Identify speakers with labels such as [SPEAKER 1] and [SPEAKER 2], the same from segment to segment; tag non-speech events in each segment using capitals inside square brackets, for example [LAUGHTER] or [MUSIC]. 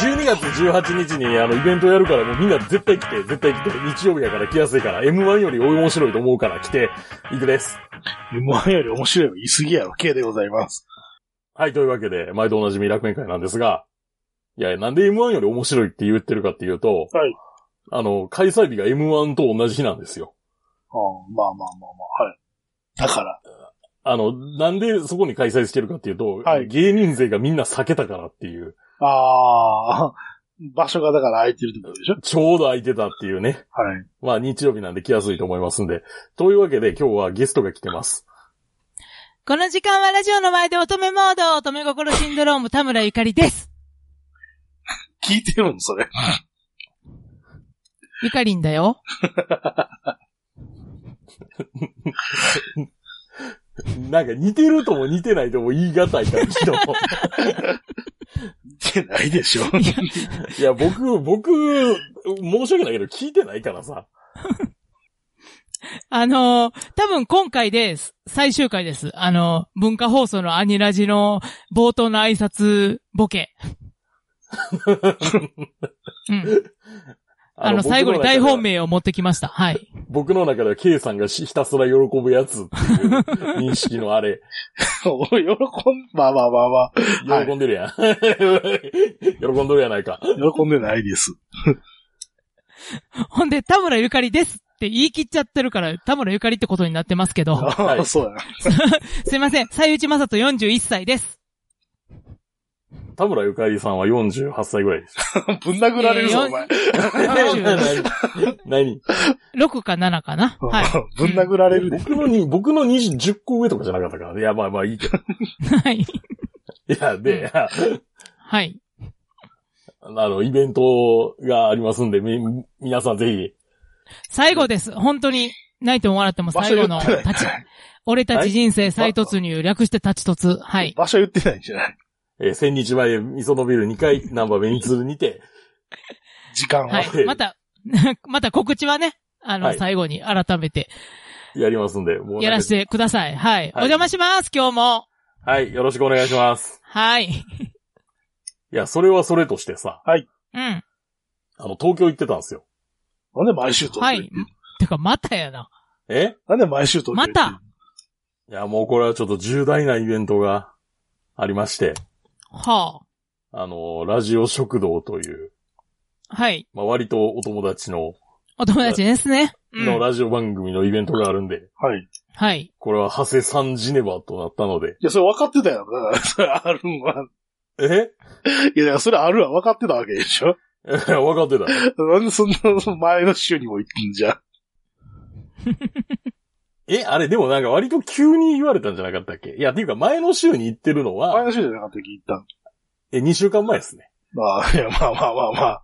[SPEAKER 1] 12月18日にあのイベントやるからもうみんな絶対来て、絶対来て、日曜日やから来やすいから、M1 より面白いと思うから来て、行くです。
[SPEAKER 2] M1 より面白いは言い過ぎやろ、K でございます。
[SPEAKER 1] はい、というわけで、毎度おなじみ楽園会なんですが、いや、なんで M1 より面白いって言ってるかっていうと、
[SPEAKER 2] はい。
[SPEAKER 1] あの、開催日が M1 と同じ日なんですよ。
[SPEAKER 2] あーまあまあまあまあ、はい。だから、
[SPEAKER 1] あの、なんでそこに開催してるかっていうと、
[SPEAKER 2] はい
[SPEAKER 1] 芸人勢がみんな避けたからっていう、
[SPEAKER 2] ああ、場所がだから空いてるってことでしょ
[SPEAKER 1] ちょうど空いてたっていうね。
[SPEAKER 2] はい。
[SPEAKER 1] まあ日曜日なんで来やすいと思いますんで。というわけで今日はゲストが来てます。
[SPEAKER 3] この時間はラジオの前で乙女モード、乙女心シンドローム田村ゆかりです。
[SPEAKER 2] 聞いてるのそれ。
[SPEAKER 3] ゆかりんだよ。
[SPEAKER 1] なんか似てるとも似てないとも言い難い感じ
[SPEAKER 3] [LAUGHS]
[SPEAKER 1] の。
[SPEAKER 2] 聞いてないで [LAUGHS] しょ。
[SPEAKER 1] いや、僕、僕、申し訳ないけど聞いてないからさ。
[SPEAKER 3] あのー多分今回です。最終回です。あのー文化放送のアニラジの冒頭の挨拶ボケ。 [LAUGHS] うん。あの、最後に大本。命を持ってきました。はい。
[SPEAKER 1] 僕の中では K さんがひたすら喜ぶやつっていう認識のあれ、
[SPEAKER 2] お喜ん、まあまあまあまあ、はい
[SPEAKER 1] 喜んでるやん。 [LAUGHS] 喜んどるやないか。
[SPEAKER 2] 喜んでないです。
[SPEAKER 3] ほんで、田村ゆかりですって言い切っちゃってるから、田村ゆかりってことになってますけ [LAUGHS] ど。
[SPEAKER 2] ああ、 [LAUGHS] そうやな。
[SPEAKER 3] すいません。西内正人41歳 [LAUGHS] です。
[SPEAKER 1] 田村ゆかりさんは48歳ぐらい
[SPEAKER 3] [LAUGHS]
[SPEAKER 1] です。
[SPEAKER 2] ぶん殴られるぞ、
[SPEAKER 3] えー
[SPEAKER 2] お前。
[SPEAKER 1] 何
[SPEAKER 3] 6か7かな。 [LAUGHS] はい。
[SPEAKER 2] ぶん殴られるで。
[SPEAKER 1] 僕のに、僕の20、10個上とかじゃなかったから。いや、まあまあいいけど。
[SPEAKER 3] はい。
[SPEAKER 1] いや、で、あ
[SPEAKER 3] はい。
[SPEAKER 1] の、イベントがありますんで、み、皆さんぜ
[SPEAKER 3] 最後です。本当に、ないと笑っても最後の、
[SPEAKER 2] 場所言ってない
[SPEAKER 3] 立ち、俺たち人生再突入、略して立ち突。はい。
[SPEAKER 2] 場所言ってないんじゃない
[SPEAKER 1] ひ、えー、千日前、味噌のビル2階、ナンバーベニツルにて、
[SPEAKER 2] 時間は。
[SPEAKER 3] は
[SPEAKER 1] はい
[SPEAKER 3] い。また、 [LAUGHS] また告知はね、あの、
[SPEAKER 1] はい
[SPEAKER 3] 最後に改めて
[SPEAKER 1] やりますんで、もうなんか
[SPEAKER 3] やらせてください。はい。お邪魔します、今日も。
[SPEAKER 1] はい、よろしくお願いします。
[SPEAKER 3] はい。
[SPEAKER 1] いや、それはそれとしてさ、
[SPEAKER 3] うん。
[SPEAKER 1] あの、東京行ってたんですよ。
[SPEAKER 2] なんで毎週東京
[SPEAKER 3] は
[SPEAKER 2] 行っ
[SPEAKER 3] い
[SPEAKER 2] てんの。
[SPEAKER 3] てか、またやな。
[SPEAKER 1] え
[SPEAKER 2] なんで毎週東京行ってんの
[SPEAKER 3] ま
[SPEAKER 1] いや、もうこれはちょっと重大なイベントがありまして、
[SPEAKER 3] は
[SPEAKER 1] あの、ラジオ食堂という、
[SPEAKER 3] あ。はい。
[SPEAKER 1] まあ、割とお友達の、
[SPEAKER 3] お友達ですね。う
[SPEAKER 1] の
[SPEAKER 3] ん。
[SPEAKER 1] ラジオ番組のイベントがあるんで、
[SPEAKER 2] はい。い
[SPEAKER 3] はい。
[SPEAKER 1] これは長谷さんジネバとなったので、
[SPEAKER 2] や、それ分かってたよ。だから、それ [LAUGHS] あるんは。
[SPEAKER 1] え [LAUGHS]
[SPEAKER 2] いや、だからそれあるは分かってたわけでしょ
[SPEAKER 1] 分かってた。
[SPEAKER 2] [LAUGHS] なんでそんな前の週にも行ってんじゃん。
[SPEAKER 1] え、あれ、でもなんか割と急に言われたんじゃなかったっけいや、っていうか前の週に行ってるの
[SPEAKER 2] 前
[SPEAKER 1] は、
[SPEAKER 2] の週じゃなかったっけ行ったん。
[SPEAKER 1] え、2週間前ですね。
[SPEAKER 2] まあ、いや、まあまあまあまあ。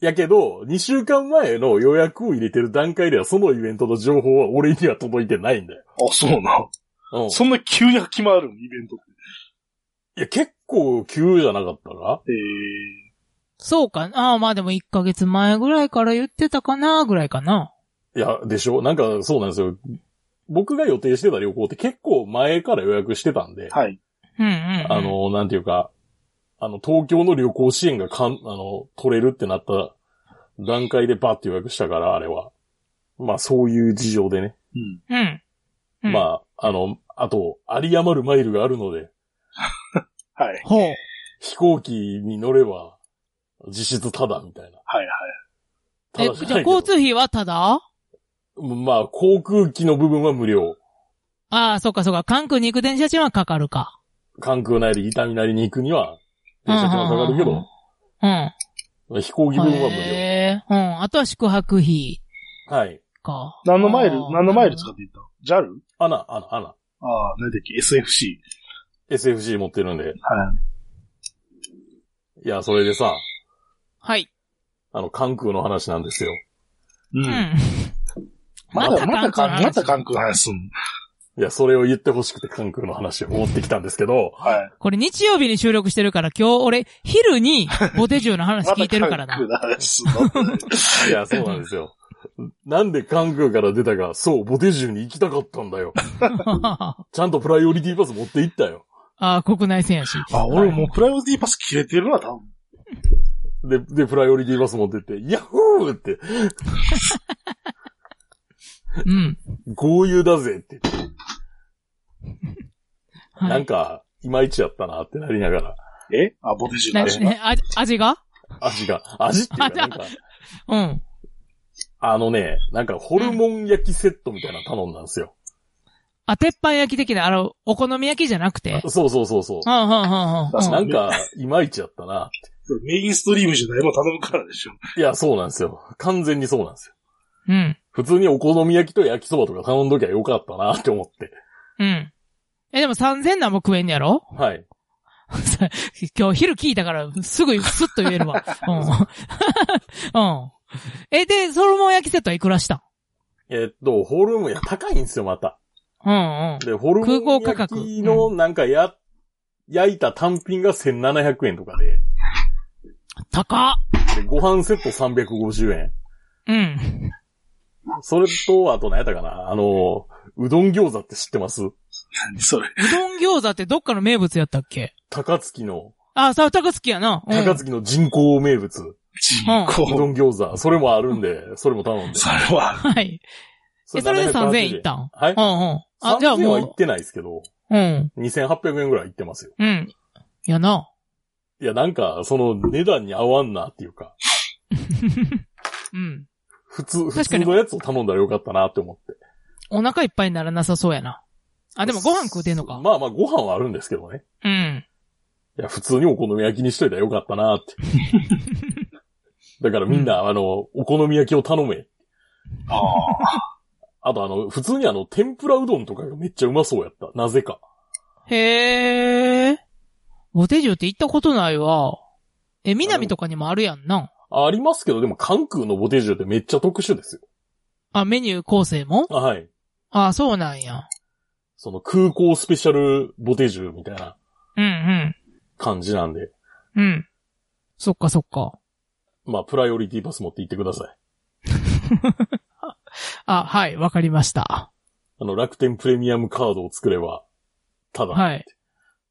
[SPEAKER 1] やけど、2週間前の予約を入れてる段階ではそのイベントの情報は俺には届いてないんだよ。
[SPEAKER 2] あ、そうな。
[SPEAKER 1] うん。い
[SPEAKER 2] そんな急に決まるのイベントって。
[SPEAKER 1] や、結構急じゃなかったか
[SPEAKER 2] え
[SPEAKER 3] そうか。ああ、まあでも1ヶ月前ぐらいから言ってたかな、ぐらいかな。
[SPEAKER 1] いや、でしょなんかそうなんですよ。僕が予定してた旅行って結構前から予約してたんで、
[SPEAKER 2] ー、はい。
[SPEAKER 3] うんうん、うん。
[SPEAKER 1] あ、の、なんていうか、あの、東京の旅行支援がかん、あの、取れるってなった段階でバッて予約したから、あれは。まあ、そういう事情でね。
[SPEAKER 2] うん。
[SPEAKER 3] うん。うん、
[SPEAKER 1] まあ、あの、あと、有り余るマイルがあるので、
[SPEAKER 2] はい。
[SPEAKER 3] ほう。
[SPEAKER 1] 飛行機に乗れば、実質タダみたいな。
[SPEAKER 2] はいはい。
[SPEAKER 1] タ
[SPEAKER 3] え、
[SPEAKER 1] ダじゃ
[SPEAKER 3] じゃ
[SPEAKER 1] な
[SPEAKER 3] あ
[SPEAKER 1] いけど
[SPEAKER 3] 交通費はただ
[SPEAKER 1] まあ、航空機の部分は無料。
[SPEAKER 3] ああ、そうかそうか。関空に行く電車賃はかかるか。
[SPEAKER 1] 関空なり、伊丹なりに行くには、電車券はかかるけ
[SPEAKER 3] うんうん
[SPEAKER 1] ど、
[SPEAKER 3] うん。
[SPEAKER 1] 飛行機分は無料。
[SPEAKER 3] へえ。うん。あとは宿泊費
[SPEAKER 1] はい。
[SPEAKER 3] か。
[SPEAKER 2] 何のマイル
[SPEAKER 3] あ、ー
[SPEAKER 2] 何のマイル使って行ったの ?JAL?
[SPEAKER 1] アナ、アナ、アナ。
[SPEAKER 2] ああ、なんだっけ ?SFC。
[SPEAKER 1] SFC 持ってるんで。
[SPEAKER 2] はい。
[SPEAKER 1] いや、それでさ、
[SPEAKER 3] はい。
[SPEAKER 1] あの、関空の話なんですよ。
[SPEAKER 2] う。
[SPEAKER 3] うんん。
[SPEAKER 2] まだ、まだ
[SPEAKER 3] 関空の
[SPEAKER 2] か、
[SPEAKER 3] 話
[SPEAKER 2] まだ関空の話すんの
[SPEAKER 1] いや、それを言ってほしくて関空の話を持ってきたんですけど、
[SPEAKER 2] はい。
[SPEAKER 3] これ日曜日に収録してるから今日俺昼にボテジュの話聞いてるからな。
[SPEAKER 2] まだ関空の [LAUGHS] 話す
[SPEAKER 1] いや、そうなんですよ。なんで関空から出たか、そう、ボテジュに行きたかったんだよ。
[SPEAKER 3] あ
[SPEAKER 1] ちゃんとプライオリティパス持って行ったよ。
[SPEAKER 3] [LAUGHS] あ、国内線やし。
[SPEAKER 2] んのあ、俺もうプライオリティパス切れてるな、多
[SPEAKER 1] で、
[SPEAKER 2] 分。
[SPEAKER 1] で、プライオリティバス持ってって、ヤッホーって、
[SPEAKER 3] うん。
[SPEAKER 1] 豪遊だぜって言って、
[SPEAKER 3] はい、
[SPEAKER 1] なんか、いまいちやったなってなりながら、
[SPEAKER 2] えあ、ボテジュ
[SPEAKER 3] な
[SPEAKER 2] の
[SPEAKER 3] に、
[SPEAKER 2] 味が。
[SPEAKER 3] ね、あ味が
[SPEAKER 1] 味が、味っていうか、なん
[SPEAKER 3] [LAUGHS]
[SPEAKER 1] か、
[SPEAKER 3] うん。
[SPEAKER 1] あのね、なんかホルモン焼きセットみたいなの頼んだんですよ。
[SPEAKER 3] あ、鉄板焼き的な、あの、お好み焼きじゃなくて。
[SPEAKER 1] そうそうそうそう
[SPEAKER 3] う。ん、うん、うん、うん。
[SPEAKER 1] なんか、いまいちやったな。
[SPEAKER 2] メインストリームじゃないもん頼むからでしょ。
[SPEAKER 1] いや、そうなんですよ。完全にそうなんですよ。
[SPEAKER 3] うん。
[SPEAKER 1] 普通にお好み焼きと焼きそばとか頼んどきゃよかったなって思って。
[SPEAKER 3] うん。え、でも3000なんも食えんやろ [LAUGHS]
[SPEAKER 1] はい。
[SPEAKER 3] 今日昼聞いたから、すぐスッと言えるわ。うん。 [LAUGHS] うん。え、で、ソルモン焼きセットはいくらした
[SPEAKER 1] えっと、ホルモン、いや、高いんですよ、また。
[SPEAKER 3] んうんうん。
[SPEAKER 1] で、ホルモ
[SPEAKER 3] 空港
[SPEAKER 1] ン
[SPEAKER 3] 価格
[SPEAKER 1] 焼きの、なんかや、焼いた単品が1700円とかで、
[SPEAKER 3] 高っ
[SPEAKER 1] でご飯セット350円。
[SPEAKER 3] うん。
[SPEAKER 1] それと、あと何やったかなあの、うどん餃子って知ってます
[SPEAKER 2] 何それ。
[SPEAKER 3] うどん餃子ってどっかの名物やったっけ
[SPEAKER 1] 高槻の、
[SPEAKER 3] あ、さ、高槻やな。うん。
[SPEAKER 1] 高槻の人工名物、
[SPEAKER 2] 人
[SPEAKER 1] うど
[SPEAKER 2] 口。
[SPEAKER 1] ん餃子。それもあるんで、それも頼んで。
[SPEAKER 2] それは、
[SPEAKER 3] はい。え、それで3000円いったん
[SPEAKER 1] はい
[SPEAKER 3] うんうん。あ、じゃあ
[SPEAKER 1] 3000は行っ
[SPEAKER 3] も
[SPEAKER 1] てないですけど、
[SPEAKER 3] う、うん。
[SPEAKER 1] 2800円ぐらい行ってますよ。
[SPEAKER 3] うん。やな。
[SPEAKER 1] いや、なんか、その値段に合わんなっていうか、
[SPEAKER 3] うん。
[SPEAKER 1] 普通、普
[SPEAKER 3] 確か
[SPEAKER 1] 通
[SPEAKER 3] に
[SPEAKER 1] のやつを頼んだらよかったなって思って。
[SPEAKER 3] お腹いっぱいにならなさそうやな。あ、でもご飯食うてんのか。
[SPEAKER 1] まあまあ、ご飯はあるんですけどね。
[SPEAKER 3] うん。
[SPEAKER 1] いや、普通にお好み焼きにしといたらよかったな
[SPEAKER 3] [LAUGHS]
[SPEAKER 1] って。だからみんな、あの、お好み焼きを頼め。
[SPEAKER 2] ああ、
[SPEAKER 1] あとあの、普通にあの、天ぷらうどんとかがめっちゃうまそうやった。なぜか。
[SPEAKER 3] へえ。ー。ボテジュって行ったことないわ。え、南とかにもあるやんな。
[SPEAKER 1] ありますけど、でも、関空のボテージュってめっちゃ特殊ですよ。
[SPEAKER 3] あ、メニュー構成も
[SPEAKER 1] あはい。
[SPEAKER 3] あ、そうなんや。
[SPEAKER 1] その空港スペシャルボテージュみたいな
[SPEAKER 3] うんうん。
[SPEAKER 1] 感じなんで、
[SPEAKER 3] うん。そっかそっか。
[SPEAKER 1] まあ、プライオリティパス持って行ってください。
[SPEAKER 3] あ、はい、わかりました。
[SPEAKER 1] あの、楽天プレミアムカードを作れば、ただ。
[SPEAKER 3] はい。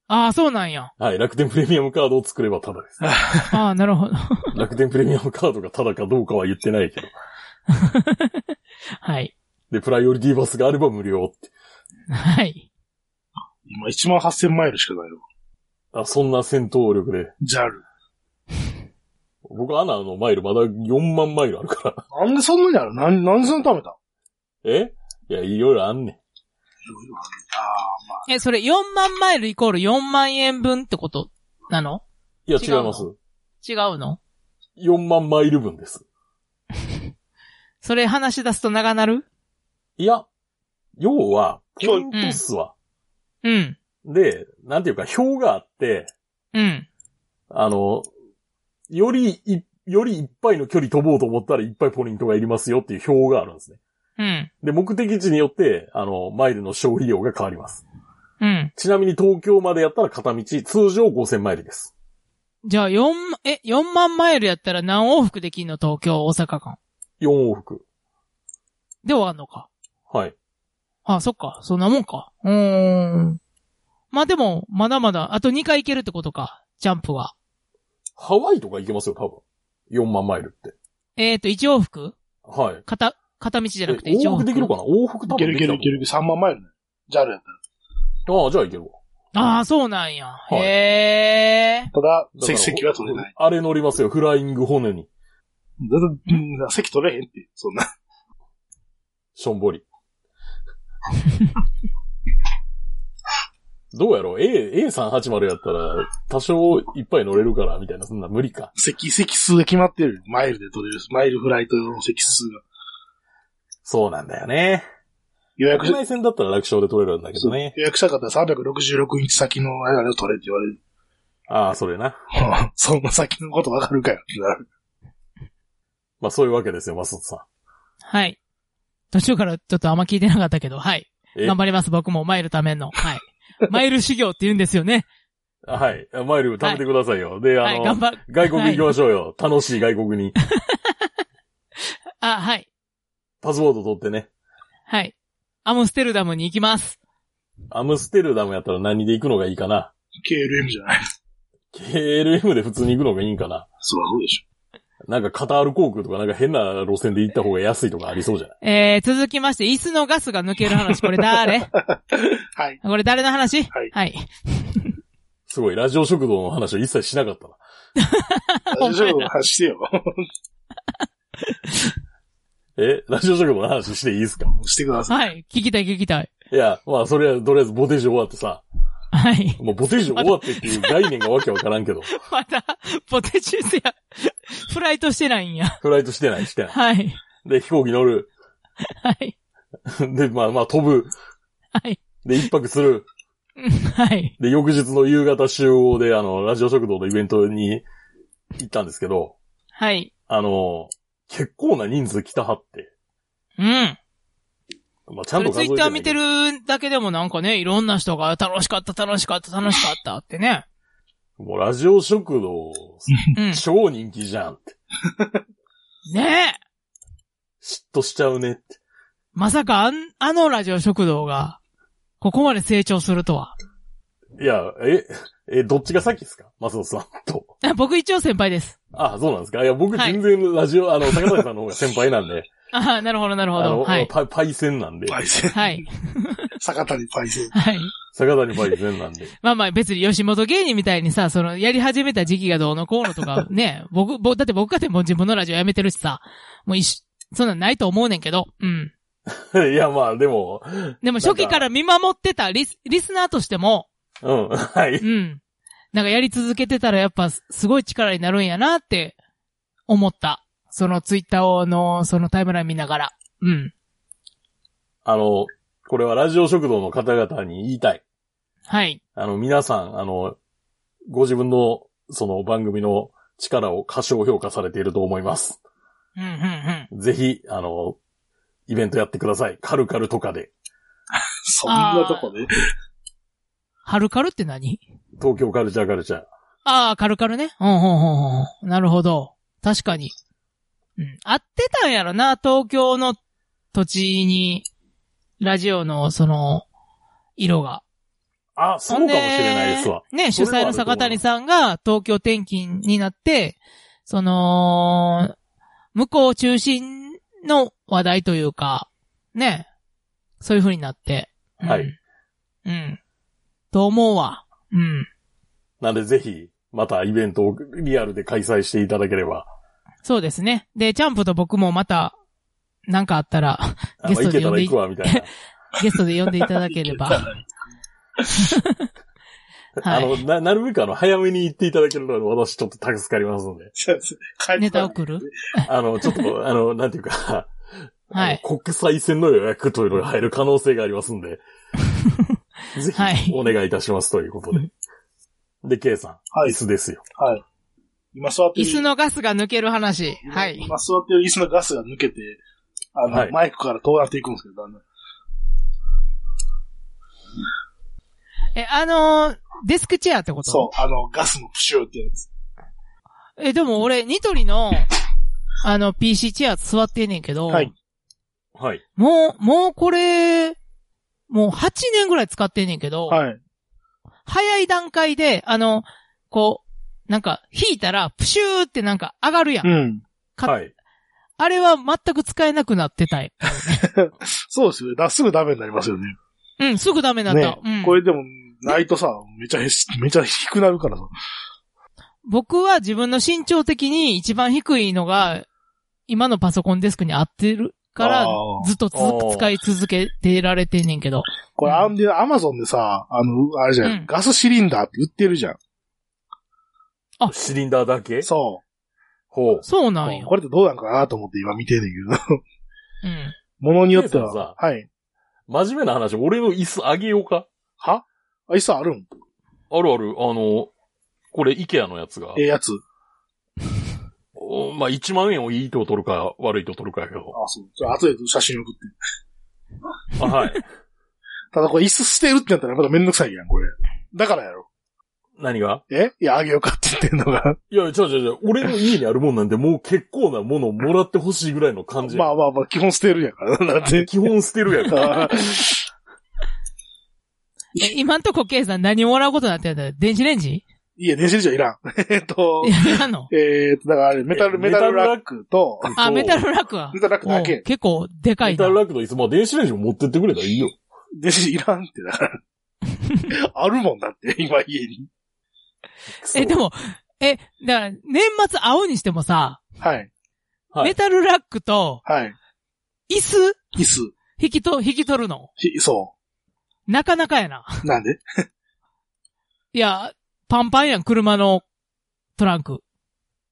[SPEAKER 3] あ、そうなんや。
[SPEAKER 1] はい、楽天プレミアムカードを作ればた
[SPEAKER 3] [LAUGHS]
[SPEAKER 1] だです。
[SPEAKER 3] あ、なるほど。 [LAUGHS]
[SPEAKER 1] 楽天プレミアムカードがただかどうかは言ってないけど。
[SPEAKER 3] はい。
[SPEAKER 1] で、プライオリティバスがあれば無料って。
[SPEAKER 3] はい。
[SPEAKER 2] 今1万8000マイルしかないよ。
[SPEAKER 1] あ、そんな戦闘力で。
[SPEAKER 2] JAL。
[SPEAKER 1] 僕、アナのマイルまだ4万マイルあるから。
[SPEAKER 2] なんでそんなにあるなん、なんでそんなに貯めた
[SPEAKER 1] [LAUGHS] えいや、いろいろあんねん。
[SPEAKER 2] いろいろあるあー、まあ、
[SPEAKER 3] え、それ4万マイルイコール4万円分ってことなの
[SPEAKER 1] いや、
[SPEAKER 3] 違
[SPEAKER 1] 違
[SPEAKER 3] うの
[SPEAKER 1] います。
[SPEAKER 3] 違うの
[SPEAKER 1] 4万マイル分です。
[SPEAKER 3] それ話し出すと長なる
[SPEAKER 1] いや、要は、
[SPEAKER 2] 今
[SPEAKER 1] ポイ
[SPEAKER 2] 日
[SPEAKER 1] ントっすわ。
[SPEAKER 3] うん。
[SPEAKER 1] で、なんていうか、表があって、
[SPEAKER 3] うん。
[SPEAKER 1] あの、よりい、よりいっぱいの距離飛ぼうと思ったらいっぱいポイントがいりますよっていう表があるんですね。
[SPEAKER 3] うん。
[SPEAKER 1] で、目的地によって、あの、マイルの消費量が変わります。
[SPEAKER 3] うん。
[SPEAKER 1] ちなみに東京までやったら片道、通常5000マイルです。
[SPEAKER 3] じゃあ4、え、4万マイルやったら何往復できんの東京、大阪間。
[SPEAKER 1] 4往復。
[SPEAKER 3] で終わんのか。
[SPEAKER 1] はい。
[SPEAKER 3] あ、そっか。そんなもんか。うーん。まあでも、まだまだ、あと2回行けるってことか。ジャンプは。
[SPEAKER 1] ハワイとか行けますよ、多分。4万マイルって。
[SPEAKER 3] えっ、と、1往復
[SPEAKER 1] はい。
[SPEAKER 3] 片、片道じゃなくて
[SPEAKER 1] え
[SPEAKER 3] 1
[SPEAKER 1] 往
[SPEAKER 3] 往
[SPEAKER 1] 復
[SPEAKER 3] 復。
[SPEAKER 1] できるかな往復多
[SPEAKER 2] いけ
[SPEAKER 1] 分で
[SPEAKER 2] るい
[SPEAKER 1] き
[SPEAKER 2] け
[SPEAKER 1] た
[SPEAKER 2] る
[SPEAKER 1] と
[SPEAKER 2] いける。3万マイルね。JAL やったら。
[SPEAKER 1] 思うああ、じゃあいけるわ。
[SPEAKER 3] ああ、そうなんや。
[SPEAKER 1] い
[SPEAKER 3] へえ。
[SPEAKER 2] ただ、
[SPEAKER 1] だから
[SPEAKER 2] 席、席は取れない。
[SPEAKER 1] あれ乗りますよ、フライング骨に。
[SPEAKER 2] だってうん席取れへんって、そんな。 [LAUGHS]
[SPEAKER 1] しょんぼり。どうやろう ?A、A380 やったら、多少いっぱい乗れるから、みたいな、そんな無理か。
[SPEAKER 2] 席、席数が決まってる。マイルで取れる。マイルフライトの席数が。
[SPEAKER 1] そうなんだよね。
[SPEAKER 2] 予約
[SPEAKER 1] 国
[SPEAKER 2] し、
[SPEAKER 1] 内線だったら楽勝で取れるんだけどね。
[SPEAKER 2] 予約した方は366日先のあれを取れって言われる。 [LAUGHS]
[SPEAKER 1] ああ、それな。
[SPEAKER 2] そんな先のことわかるかよ [LAUGHS] ってなる。
[SPEAKER 1] まあそういうわけですよ、マストさ
[SPEAKER 3] はい。途中からちょっとあんま聞いてなかったけど、はい。
[SPEAKER 1] ん。え
[SPEAKER 3] 頑張ります、僕も。マイルためんの。はい。 [LAUGHS] マイル修行って言うんですよね。
[SPEAKER 1] はい。マイル貯めてくださいよ。で、あ
[SPEAKER 3] はい、
[SPEAKER 1] の、
[SPEAKER 3] 頑張る。
[SPEAKER 1] 外国行きましょうよ。楽しい外国に。
[SPEAKER 3] あ、はい。
[SPEAKER 1] パスポート取ってね。
[SPEAKER 3] はい。アムステルダムに行きます。
[SPEAKER 1] アムステルダムやったら何で行くのがいいかな。
[SPEAKER 2] KLM じゃない。
[SPEAKER 1] KLM で普通に行くのがいいんかな。
[SPEAKER 2] そりゃそうでし
[SPEAKER 1] なんかカタール航空とかなんか変な路線で行った方が安いとかありそうじゃない
[SPEAKER 3] えー、続きまして、椅子のガスが抜ける話、こ
[SPEAKER 1] [LAUGHS]
[SPEAKER 3] れ誰
[SPEAKER 2] ょ。はい。
[SPEAKER 3] これ誰の話
[SPEAKER 2] はい
[SPEAKER 3] はい。
[SPEAKER 1] すごい、ラジオ食堂の話を一切しなかったな。
[SPEAKER 2] 大丈夫、走してよ。 [LAUGHS]
[SPEAKER 1] えラジオ食堂の話していいですか
[SPEAKER 2] してください。
[SPEAKER 3] はい。聞きたい、聞きたい。
[SPEAKER 1] いや、まあ、それは、とりあえずボテージ終わってさ、
[SPEAKER 3] はい。
[SPEAKER 1] もうボテージ終わってっていう概念がわけわからんけど、
[SPEAKER 3] また、ポテチスや、フライトしてないんや。
[SPEAKER 1] フライトしてない、してない。
[SPEAKER 3] はい。
[SPEAKER 1] で、飛行機乗る。
[SPEAKER 3] はい。
[SPEAKER 1] で、まあまあ飛ぶ。
[SPEAKER 3] はい。
[SPEAKER 1] で、一泊する。
[SPEAKER 3] うんはい。
[SPEAKER 1] で、翌日の夕方集合で、あの、ラジオ食堂のイベントに行ったんですけど、
[SPEAKER 3] はい。
[SPEAKER 1] あの、結構な人数来たはって。
[SPEAKER 3] うん。
[SPEAKER 1] まあ、ちゃ
[SPEAKER 3] そ
[SPEAKER 1] んと数
[SPEAKER 3] れツ
[SPEAKER 1] え
[SPEAKER 3] イ
[SPEAKER 1] て
[SPEAKER 3] ッ
[SPEAKER 1] な
[SPEAKER 3] タ
[SPEAKER 1] い
[SPEAKER 3] ー見てるだけでもなんかね、いろんな人が楽しかった、楽しかった、楽しかったって
[SPEAKER 1] [LAUGHS]
[SPEAKER 3] ね。
[SPEAKER 1] もうラジオ食
[SPEAKER 3] [LAUGHS]
[SPEAKER 1] 堂、
[SPEAKER 3] うん。
[SPEAKER 1] 超人気じゃんって。
[SPEAKER 3] ねえ。
[SPEAKER 1] 嫉妬しちゃうねって。
[SPEAKER 3] まさかあん、あのラジオ食堂が、ここまで成長するとは。
[SPEAKER 1] いや、え、え、どっちが先ですか松尾さんと。
[SPEAKER 3] 僕一応先輩です。
[SPEAKER 1] あそうなんですかいや、僕
[SPEAKER 3] はい
[SPEAKER 1] 全然ラジオ、あの、坂谷さんの方が先輩なんで、
[SPEAKER 3] あ [LAUGHS] あ、なるほど、なるほ
[SPEAKER 1] あ
[SPEAKER 3] ど。
[SPEAKER 1] の、
[SPEAKER 3] はい。
[SPEAKER 1] パイパイセンなんで、
[SPEAKER 2] パイ [LAUGHS] セン。
[SPEAKER 3] はい。
[SPEAKER 2] 坂谷パイセン。
[SPEAKER 3] はい。
[SPEAKER 1] 坂谷パイセンなんで。
[SPEAKER 3] まあまあ別に吉本芸人みたいにさ、その、やり始めた時期がどうのこうのとか、ね、僕、僕、だって僕かてもう自分のラジオやめてるしさ、もう一緒、そんなんないと思うねんけど、うん。
[SPEAKER 1] いや、まあ、で [LAUGHS] も、
[SPEAKER 3] で
[SPEAKER 1] な
[SPEAKER 3] も
[SPEAKER 1] んか
[SPEAKER 3] 初期から見守ってたリス、リスナーとしても、
[SPEAKER 1] うん、はい。
[SPEAKER 3] うん。なんかやり続けてたらやっぱすすごい力になるんやなって思った。そのツイッターをの、そのタイムライン見ながら。うん。
[SPEAKER 1] あの、これはラジオ食堂の方々に言いたい。
[SPEAKER 3] はい。
[SPEAKER 1] あの、皆さん、あの、ご自分の、その番組の力を過小評価されていると思います。
[SPEAKER 3] うん、うん、うん。
[SPEAKER 1] ぜひ、あの、イベントやってください。カルカルとかで、
[SPEAKER 2] そんなとこで。
[SPEAKER 3] ハルカルって何
[SPEAKER 1] 東京カルチャーカルチャー。
[SPEAKER 3] ああ、カルカルね。うん、うん、うん、うん。なるほど。確かに。うん。合ってたんやろな、東京の土地に、ラジオの、その、色が。
[SPEAKER 1] あ、そうかもしれないですわ。
[SPEAKER 3] ほんでね、主
[SPEAKER 1] それは
[SPEAKER 3] 催
[SPEAKER 1] あると
[SPEAKER 3] の
[SPEAKER 1] 思う
[SPEAKER 3] 坂谷さんが東京転勤になって、その、向こう中心の話題というか、ね、そういう風になって。うん
[SPEAKER 1] はい。
[SPEAKER 3] うん。と思うわ。うん。
[SPEAKER 1] なんでぜひ、またイベントをリアルで開催していただければ、
[SPEAKER 3] そうですね。で、チャンプと僕もまた、なんかあっ
[SPEAKER 2] [LAUGHS]
[SPEAKER 3] たら、
[SPEAKER 1] あ
[SPEAKER 3] ゲ
[SPEAKER 1] の、
[SPEAKER 3] スト
[SPEAKER 1] 行
[SPEAKER 3] で
[SPEAKER 1] けた
[SPEAKER 3] 呼ん
[SPEAKER 1] ら
[SPEAKER 3] で
[SPEAKER 1] 行くわ、みたいな。
[SPEAKER 3] ゲストで呼んでいただけ
[SPEAKER 2] 行
[SPEAKER 3] れ
[SPEAKER 2] けた [LAUGHS]
[SPEAKER 3] ば。
[SPEAKER 1] あ
[SPEAKER 2] ら
[SPEAKER 3] [LAUGHS] は
[SPEAKER 1] の、
[SPEAKER 3] い。
[SPEAKER 1] な、なるべくあの、早めに行っていただけるのは私ちょっと助かりますので、
[SPEAKER 2] そうです帰って
[SPEAKER 3] ネタ
[SPEAKER 2] た
[SPEAKER 3] 送る
[SPEAKER 1] あの、ちょっ
[SPEAKER 3] [LAUGHS]
[SPEAKER 1] と、あの、なんていうか、
[SPEAKER 3] はい
[SPEAKER 1] あの国際線の予約というのが入る可能性があります
[SPEAKER 3] [LAUGHS]
[SPEAKER 1] んで、ぜ
[SPEAKER 3] はい
[SPEAKER 1] ひ、お願いいたしますということ
[SPEAKER 3] [LAUGHS]
[SPEAKER 1] で。で、K さん、
[SPEAKER 2] はい
[SPEAKER 1] 椅子ですよ。
[SPEAKER 2] はい。今座って
[SPEAKER 3] 椅
[SPEAKER 2] る。
[SPEAKER 3] 子のガスが抜ける話。はい。
[SPEAKER 2] 今座ってる椅子のガスが抜けて、あの、
[SPEAKER 1] はい
[SPEAKER 2] マイクから遠なっていくんですけど、だんだん。
[SPEAKER 3] え、あのーデスクチェアってこと
[SPEAKER 2] そう、あの、ガスのプシューってやつ。
[SPEAKER 3] え、でも俺、ニトリの、あの、PC チェア座ってんねんけど、
[SPEAKER 2] はい
[SPEAKER 1] はい。
[SPEAKER 3] もう、もうこれ、もう8年ぐらい使ってんねんけど、
[SPEAKER 2] はい。
[SPEAKER 3] 早い段階で、あの、こう、なんか、引いたら、プシューってなんか上がるやん。
[SPEAKER 2] うん。
[SPEAKER 3] か
[SPEAKER 1] はい。
[SPEAKER 3] あれは全く使えなくなってたい。
[SPEAKER 2] そうですよね。だすぐダメになりますよね。
[SPEAKER 3] うん、すぐダメになった。うん、
[SPEAKER 2] これでも、ないとさ、めちゃへし、めちゃ低くなるからさ。
[SPEAKER 3] 僕は自分の身長的に一番低いのが、今のパソコンデスクに合ってるから
[SPEAKER 2] あー、
[SPEAKER 3] ずっとつ
[SPEAKER 1] あー
[SPEAKER 3] 使い続けてられてんねんけど。
[SPEAKER 2] これ、
[SPEAKER 3] うん
[SPEAKER 2] あんで、アマゾンでさ、あの、あれじゃん、
[SPEAKER 3] うん
[SPEAKER 2] ガスシリンダーって売ってるじゃん。
[SPEAKER 3] あ
[SPEAKER 1] シリンダーだけ
[SPEAKER 2] そ
[SPEAKER 1] ほう。
[SPEAKER 3] そう
[SPEAKER 2] う。
[SPEAKER 3] なんよ。
[SPEAKER 2] これってどうなんかなと思って今見てんねんけど。 [LAUGHS]
[SPEAKER 3] うん。
[SPEAKER 2] ものによって
[SPEAKER 1] ケイさんさ
[SPEAKER 2] は。はい。
[SPEAKER 1] 真面目な話、俺の椅子あげようか
[SPEAKER 2] はあ、椅子あるん
[SPEAKER 1] あるある、あの、これ、イケアのやつが
[SPEAKER 2] ええ、やつ。
[SPEAKER 1] おまあ、1万円をいいと取るか、悪いと取るかやけど。
[SPEAKER 2] あ、そう。じゃあ、後で写真送って。
[SPEAKER 1] あはい。 [LAUGHS]
[SPEAKER 2] ただこれ椅子捨てるってなったらまだめんどくさいやん、これ。だからやろ。
[SPEAKER 1] 何が
[SPEAKER 2] えいや、あげようかって言ってんの [LAUGHS] が。
[SPEAKER 1] いや、違う違う違う。俺の家にあるもんなんで、もう結構なものをもらってほしいぐらいの感じ。
[SPEAKER 2] まあまあまあ、基本捨てるやから。だって。
[SPEAKER 1] 基本捨てるやん。
[SPEAKER 2] あー
[SPEAKER 3] え今んとこ、ケイさん何をもらうことになってんだ電子レンジ
[SPEAKER 2] いや、電子レンジはいらん。 [LAUGHS] えっと
[SPEAKER 3] い、や、いらんの
[SPEAKER 2] えっと、だからあれ、メタル、
[SPEAKER 1] メ
[SPEAKER 2] メ
[SPEAKER 1] タ
[SPEAKER 2] タ
[SPEAKER 1] ル
[SPEAKER 2] ル
[SPEAKER 1] ラ
[SPEAKER 2] ラ
[SPEAKER 1] ッ
[SPEAKER 2] ックと、
[SPEAKER 3] あ、メタ
[SPEAKER 1] ル。
[SPEAKER 3] ルラックは
[SPEAKER 2] メ。タルラックだ
[SPEAKER 3] お
[SPEAKER 2] け。
[SPEAKER 3] 結構、でか
[SPEAKER 1] メ
[SPEAKER 3] いな
[SPEAKER 1] タ。ルラックといつも電子レンジも持ってってくれたらいいよ。
[SPEAKER 2] 電子レンジいらんって、だから。 [LAUGHS] あるもんだって、今家に。
[SPEAKER 3] え、でも、え、だから、年末会うにしてもさ、
[SPEAKER 2] はい。
[SPEAKER 1] はい
[SPEAKER 3] メタルラックと、
[SPEAKER 2] はい。
[SPEAKER 3] 椅子、
[SPEAKER 2] 椅子。
[SPEAKER 3] 引きと、引き取るの。
[SPEAKER 2] ひそ
[SPEAKER 3] なかなかやな。
[SPEAKER 2] う。なんで
[SPEAKER 3] いや、パンパンやん、車のトランク。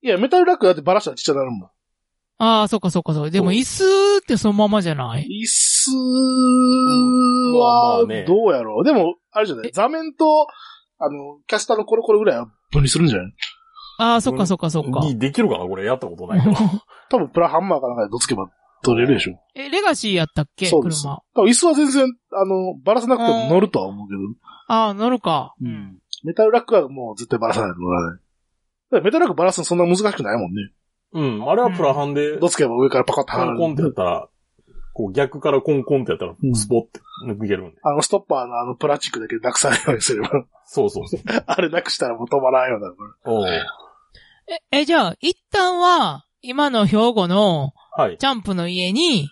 [SPEAKER 2] いや、メタルラックだってバラしたらちっちゃなるもん。
[SPEAKER 3] ああ、そっかそっかそっか。でも、
[SPEAKER 1] そう
[SPEAKER 3] 椅子ってそのままじゃない
[SPEAKER 2] 椅子
[SPEAKER 1] まあま
[SPEAKER 2] は
[SPEAKER 1] あね、
[SPEAKER 2] どうやろう。でも、あれじゃな
[SPEAKER 3] え
[SPEAKER 2] い座面と、あの、キャスターのコロコロぐらいは分離するんじゃない
[SPEAKER 3] ああ、そっかそっかそっか。
[SPEAKER 1] にできるかなこれやったことない
[SPEAKER 3] [LAUGHS]
[SPEAKER 1] から。
[SPEAKER 2] 多分プラハンマーかなんかでどつけば取れるでしょ。
[SPEAKER 3] え、レガシーやったっけ
[SPEAKER 2] そうです
[SPEAKER 3] 車。あ
[SPEAKER 2] 多分椅子は全然、あの、バラさなくても乗るとは思うけど。
[SPEAKER 3] あ、乗るか。
[SPEAKER 2] うん。メタルラックはもう絶対バラさないと乗らない。だからメタルラックバラすのそんな難しくないもんね。
[SPEAKER 1] うん。あれはプラハンで、
[SPEAKER 2] どつけば上からパカッと
[SPEAKER 1] コンコンってやったら、こう逆からコンコンってやったら
[SPEAKER 2] う、ん
[SPEAKER 1] スポって抜けるんで。
[SPEAKER 2] あの、ストッパーのあの、プラスチックだけなくさないようにすれば。 [LAUGHS]
[SPEAKER 1] そうそうそう。
[SPEAKER 2] あれなくしたらもう止まらんようになるから。
[SPEAKER 1] おう
[SPEAKER 3] え、え、じゃあ、一旦は、今の兵庫の、
[SPEAKER 1] はい。
[SPEAKER 3] チャンプの家に、